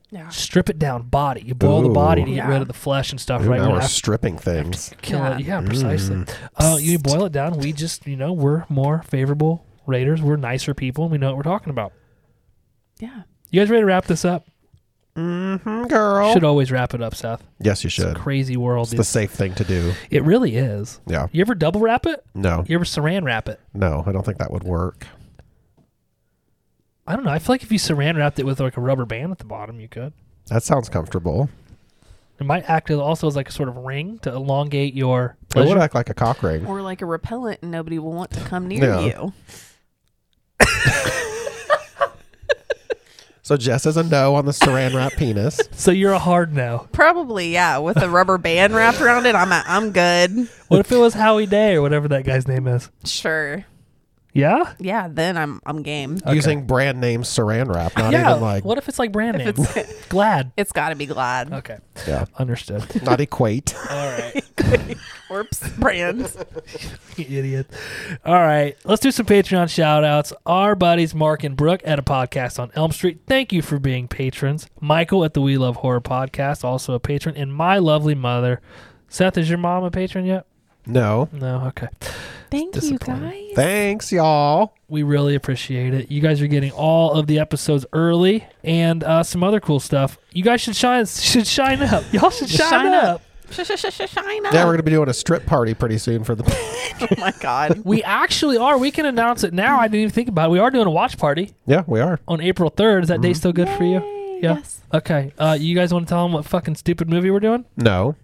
S3: Yeah.
S1: strip it down body. You boil the body
S2: Ooh.
S1: to get
S3: Yeah.
S1: rid of the flesh and stuff,
S2: Ooh,
S1: right?
S2: now
S1: When
S2: we're mm.
S1: after-
S2: stripping things.
S1: kill
S4: Yeah.
S1: it. Yeah, precisely. Uh, you boil it down. We just, you know, we're more favorable raiders. We're nicer people. And we know what we're talking about.
S4: Yeah.
S1: You guys ready to wrap this up?
S2: Mm-hmm, girl.
S1: Should always wrap it up, Seth.
S2: yes, you
S1: It's a
S2: should.
S1: crazy world.
S2: It's the
S1: dude.
S2: safe thing to do.
S1: It really is.
S2: Yeah.
S1: You ever double wrap it?
S2: No.
S1: You ever saran wrap it?
S2: No, I don't think that would work.
S1: I don't know. I feel like if you saran wrapped it with like a rubber band at the bottom, you could.
S2: That sounds comfortable.
S1: It might act as also as like a sort of ring to elongate your
S2: It would
S1: pleasure.
S2: act like a cock ring.
S4: Or like a repellent, and nobody will want to come near
S2: Yeah.
S4: you.
S2: So Jess is a no on the saran wrap penis.
S1: So you're a hard no.
S4: Probably, yeah. With a rubber band wrapped around it, I'm I'm good.
S1: What if it was Howie Day or whatever that guy's name is?
S4: Sure.
S1: Yeah.
S4: Yeah, then I'm I'm game.
S2: Using brand name saran wrap, not
S1: yeah.
S2: even like
S1: what if it's like brand name?
S4: It's
S1: Glad.
S4: it's got to be Glad.
S2: Uh,
S1: Okay.
S2: yeah,
S1: Understood.
S2: not equate.
S1: All right.
S4: Orps brand.
S1: You idiot. All right. Let's do some Patreon shout outs. Our buddies Mark and Brooke at a podcast on Elm Street. Thank you for being patrons. Michael at the We Love Horror Podcast, also a patron, and my lovely mother. Seth, is your mom a patron yet?
S2: No.
S1: No, okay.
S4: Thank you
S1: disappointing.
S4: guys.
S2: Thanks, y'all.
S1: We really appreciate it. You guys are getting all of the episodes early and uh, some other cool stuff. You guys should shine should shine up. Y'all should shine,
S4: Shine
S1: up.
S4: up. Sh- sh- sh- sh- Shine up.
S2: Yeah, we're gonna be doing a strip party pretty soon for the.
S4: oh my god.
S1: We actually are. We can announce it now. I didn't even think about it. We are doing a watch party
S2: Yeah, we are.
S1: on April 3rd. Is that day still good for you? Yeah.
S4: Yes.
S1: Okay. Uh, you guys want to tell them what fucking stupid movie we're doing?
S2: No.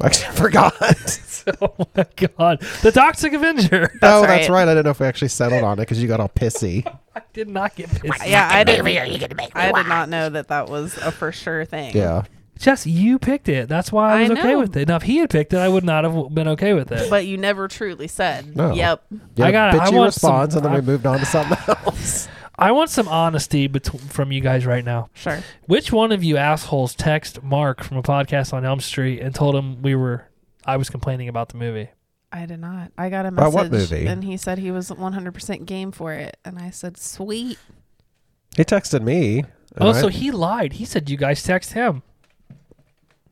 S2: I actually forgot.
S1: oh my god, The Toxic Avenger.
S2: oh,
S4: right.
S2: that's right. I don't know if we actually settled on it because you got all pissy.
S1: I did not get pissed.
S4: Yeah, I did. I did not know that that was a for sure thing.
S2: Yeah.
S1: Jess, you picked it. That's why I
S4: I
S1: was okay
S4: know.
S1: with it. Now, if he had picked it, I would not have been okay with it.
S4: But you never truly said.
S2: No.
S4: Yep.
S2: Yeah,
S1: I gotta- I
S2: bitchy
S1: want some-
S2: response, and then
S1: I-
S2: we moved on to something else.
S1: I want some honesty betw from you guys right now.
S4: Sure.
S1: Which one of you assholes text Mark from a podcast on Elm Street and told him we were I was complaining about the movie?
S4: I did not. I got a
S2: About
S4: message
S2: what movie?
S4: and he said he was 100% game for it and I said, "Sweet."
S2: He texted me. and
S1: Oh,
S2: I-
S1: so he lied. He said you guys text him.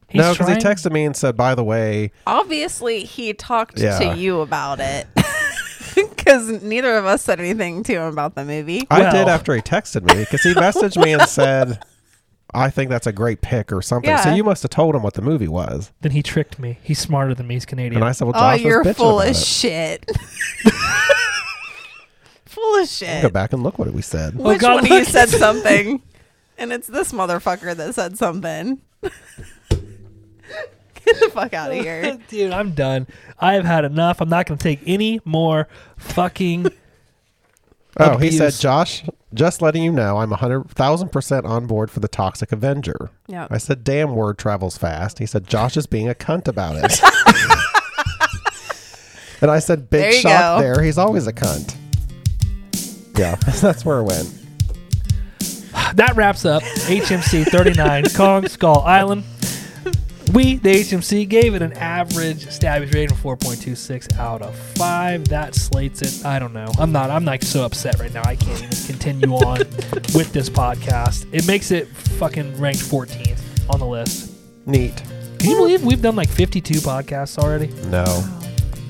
S1: He's
S2: no, because he
S1: trying-
S2: texted me and said, "By the way,
S4: Obviously, he talked
S2: Yeah.
S4: to you about it. Cuz neither of us said anything to him about the movie.
S2: I did
S1: Well-
S2: after he texted me because he messaged me and said, I think that's a great pick or something. So
S3: Yeah.
S2: you must have told him what the movie was.
S1: Then he tricked me. He's smarter than me. He's Canadian.
S2: And I said, Well,
S4: oh,
S2: Josh
S4: you're
S2: was bitching
S4: full
S2: about
S4: of
S2: it.
S4: shit. full of
S2: Go
S4: shit.
S2: back and look what we said.
S1: Oh,
S4: Which
S1: God,
S4: one of you
S1: look.
S4: said something? and it's this motherfucker that said something. Get the fuck out of here.
S1: Dude, I'm done. I have had enough. I'm not going to take any more fucking.
S2: Oh, he
S1: abuse.
S2: said, Josh, just letting you know, I'm 100,000% on board for the Toxic Avenger.
S4: Yep.
S2: I said, damn, word travels fast. He said, Josh is being a cunt about it. and I said, big
S4: There you
S2: shock
S4: go.
S2: there. He's always a cunt. Yeah, that's where it went.
S1: that wraps up HMC 39 Kong Skull Island. We, the HMC, gave it an average stabby rating of 4.26 out of 5. That slates it. I don't know. I'm not I'm like so upset right now. I can't even continue on with this podcast. It makes it fucking ranked 14th on the list.
S2: Neat.
S1: Can you believe we've done like 52 podcasts already? I
S2: No,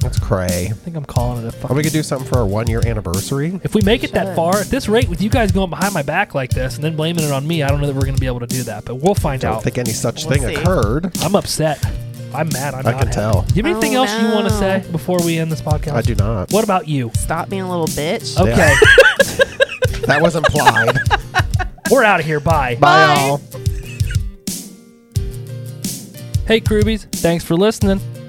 S2: that's cray.
S1: think I'm calling it a
S2: Or
S1: fucking
S2: we could do something for our one year anniversary.
S1: If we make it that far, at this rate, with you guys going behind my back like this and then blaming it on me, I don't know that we're going to be able to do that. But we'll find
S2: I
S1: out.
S2: don't think any such
S4: We'll
S2: thing
S4: see.
S2: occurred.
S1: I'm upset. I'm mad. I'm
S2: I
S1: not
S2: can
S1: happy.
S2: tell.
S1: Do you have anything
S4: Oh,
S1: else you want to
S4: no.
S1: say before we end this podcast?
S2: I do not.
S1: What about you?
S4: Stop being a little bitch.
S1: Okay,
S2: That was implied.
S1: we're out of here. Bye.
S2: Bye, all.
S1: Hey, Krubies, thanks for listening.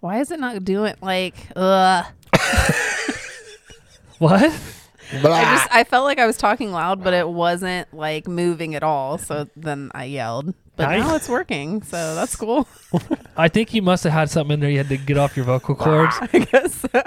S4: Why is it not doing like ugh?
S1: What?
S4: I
S2: Ah.
S4: just I felt like I was talking loud, but it wasn't like moving at all. So then I yelled. But
S1: Nice.
S4: now it's working, so that's cool.
S1: I think you must have had something in there you had to get off your vocal cords.
S4: I guess so.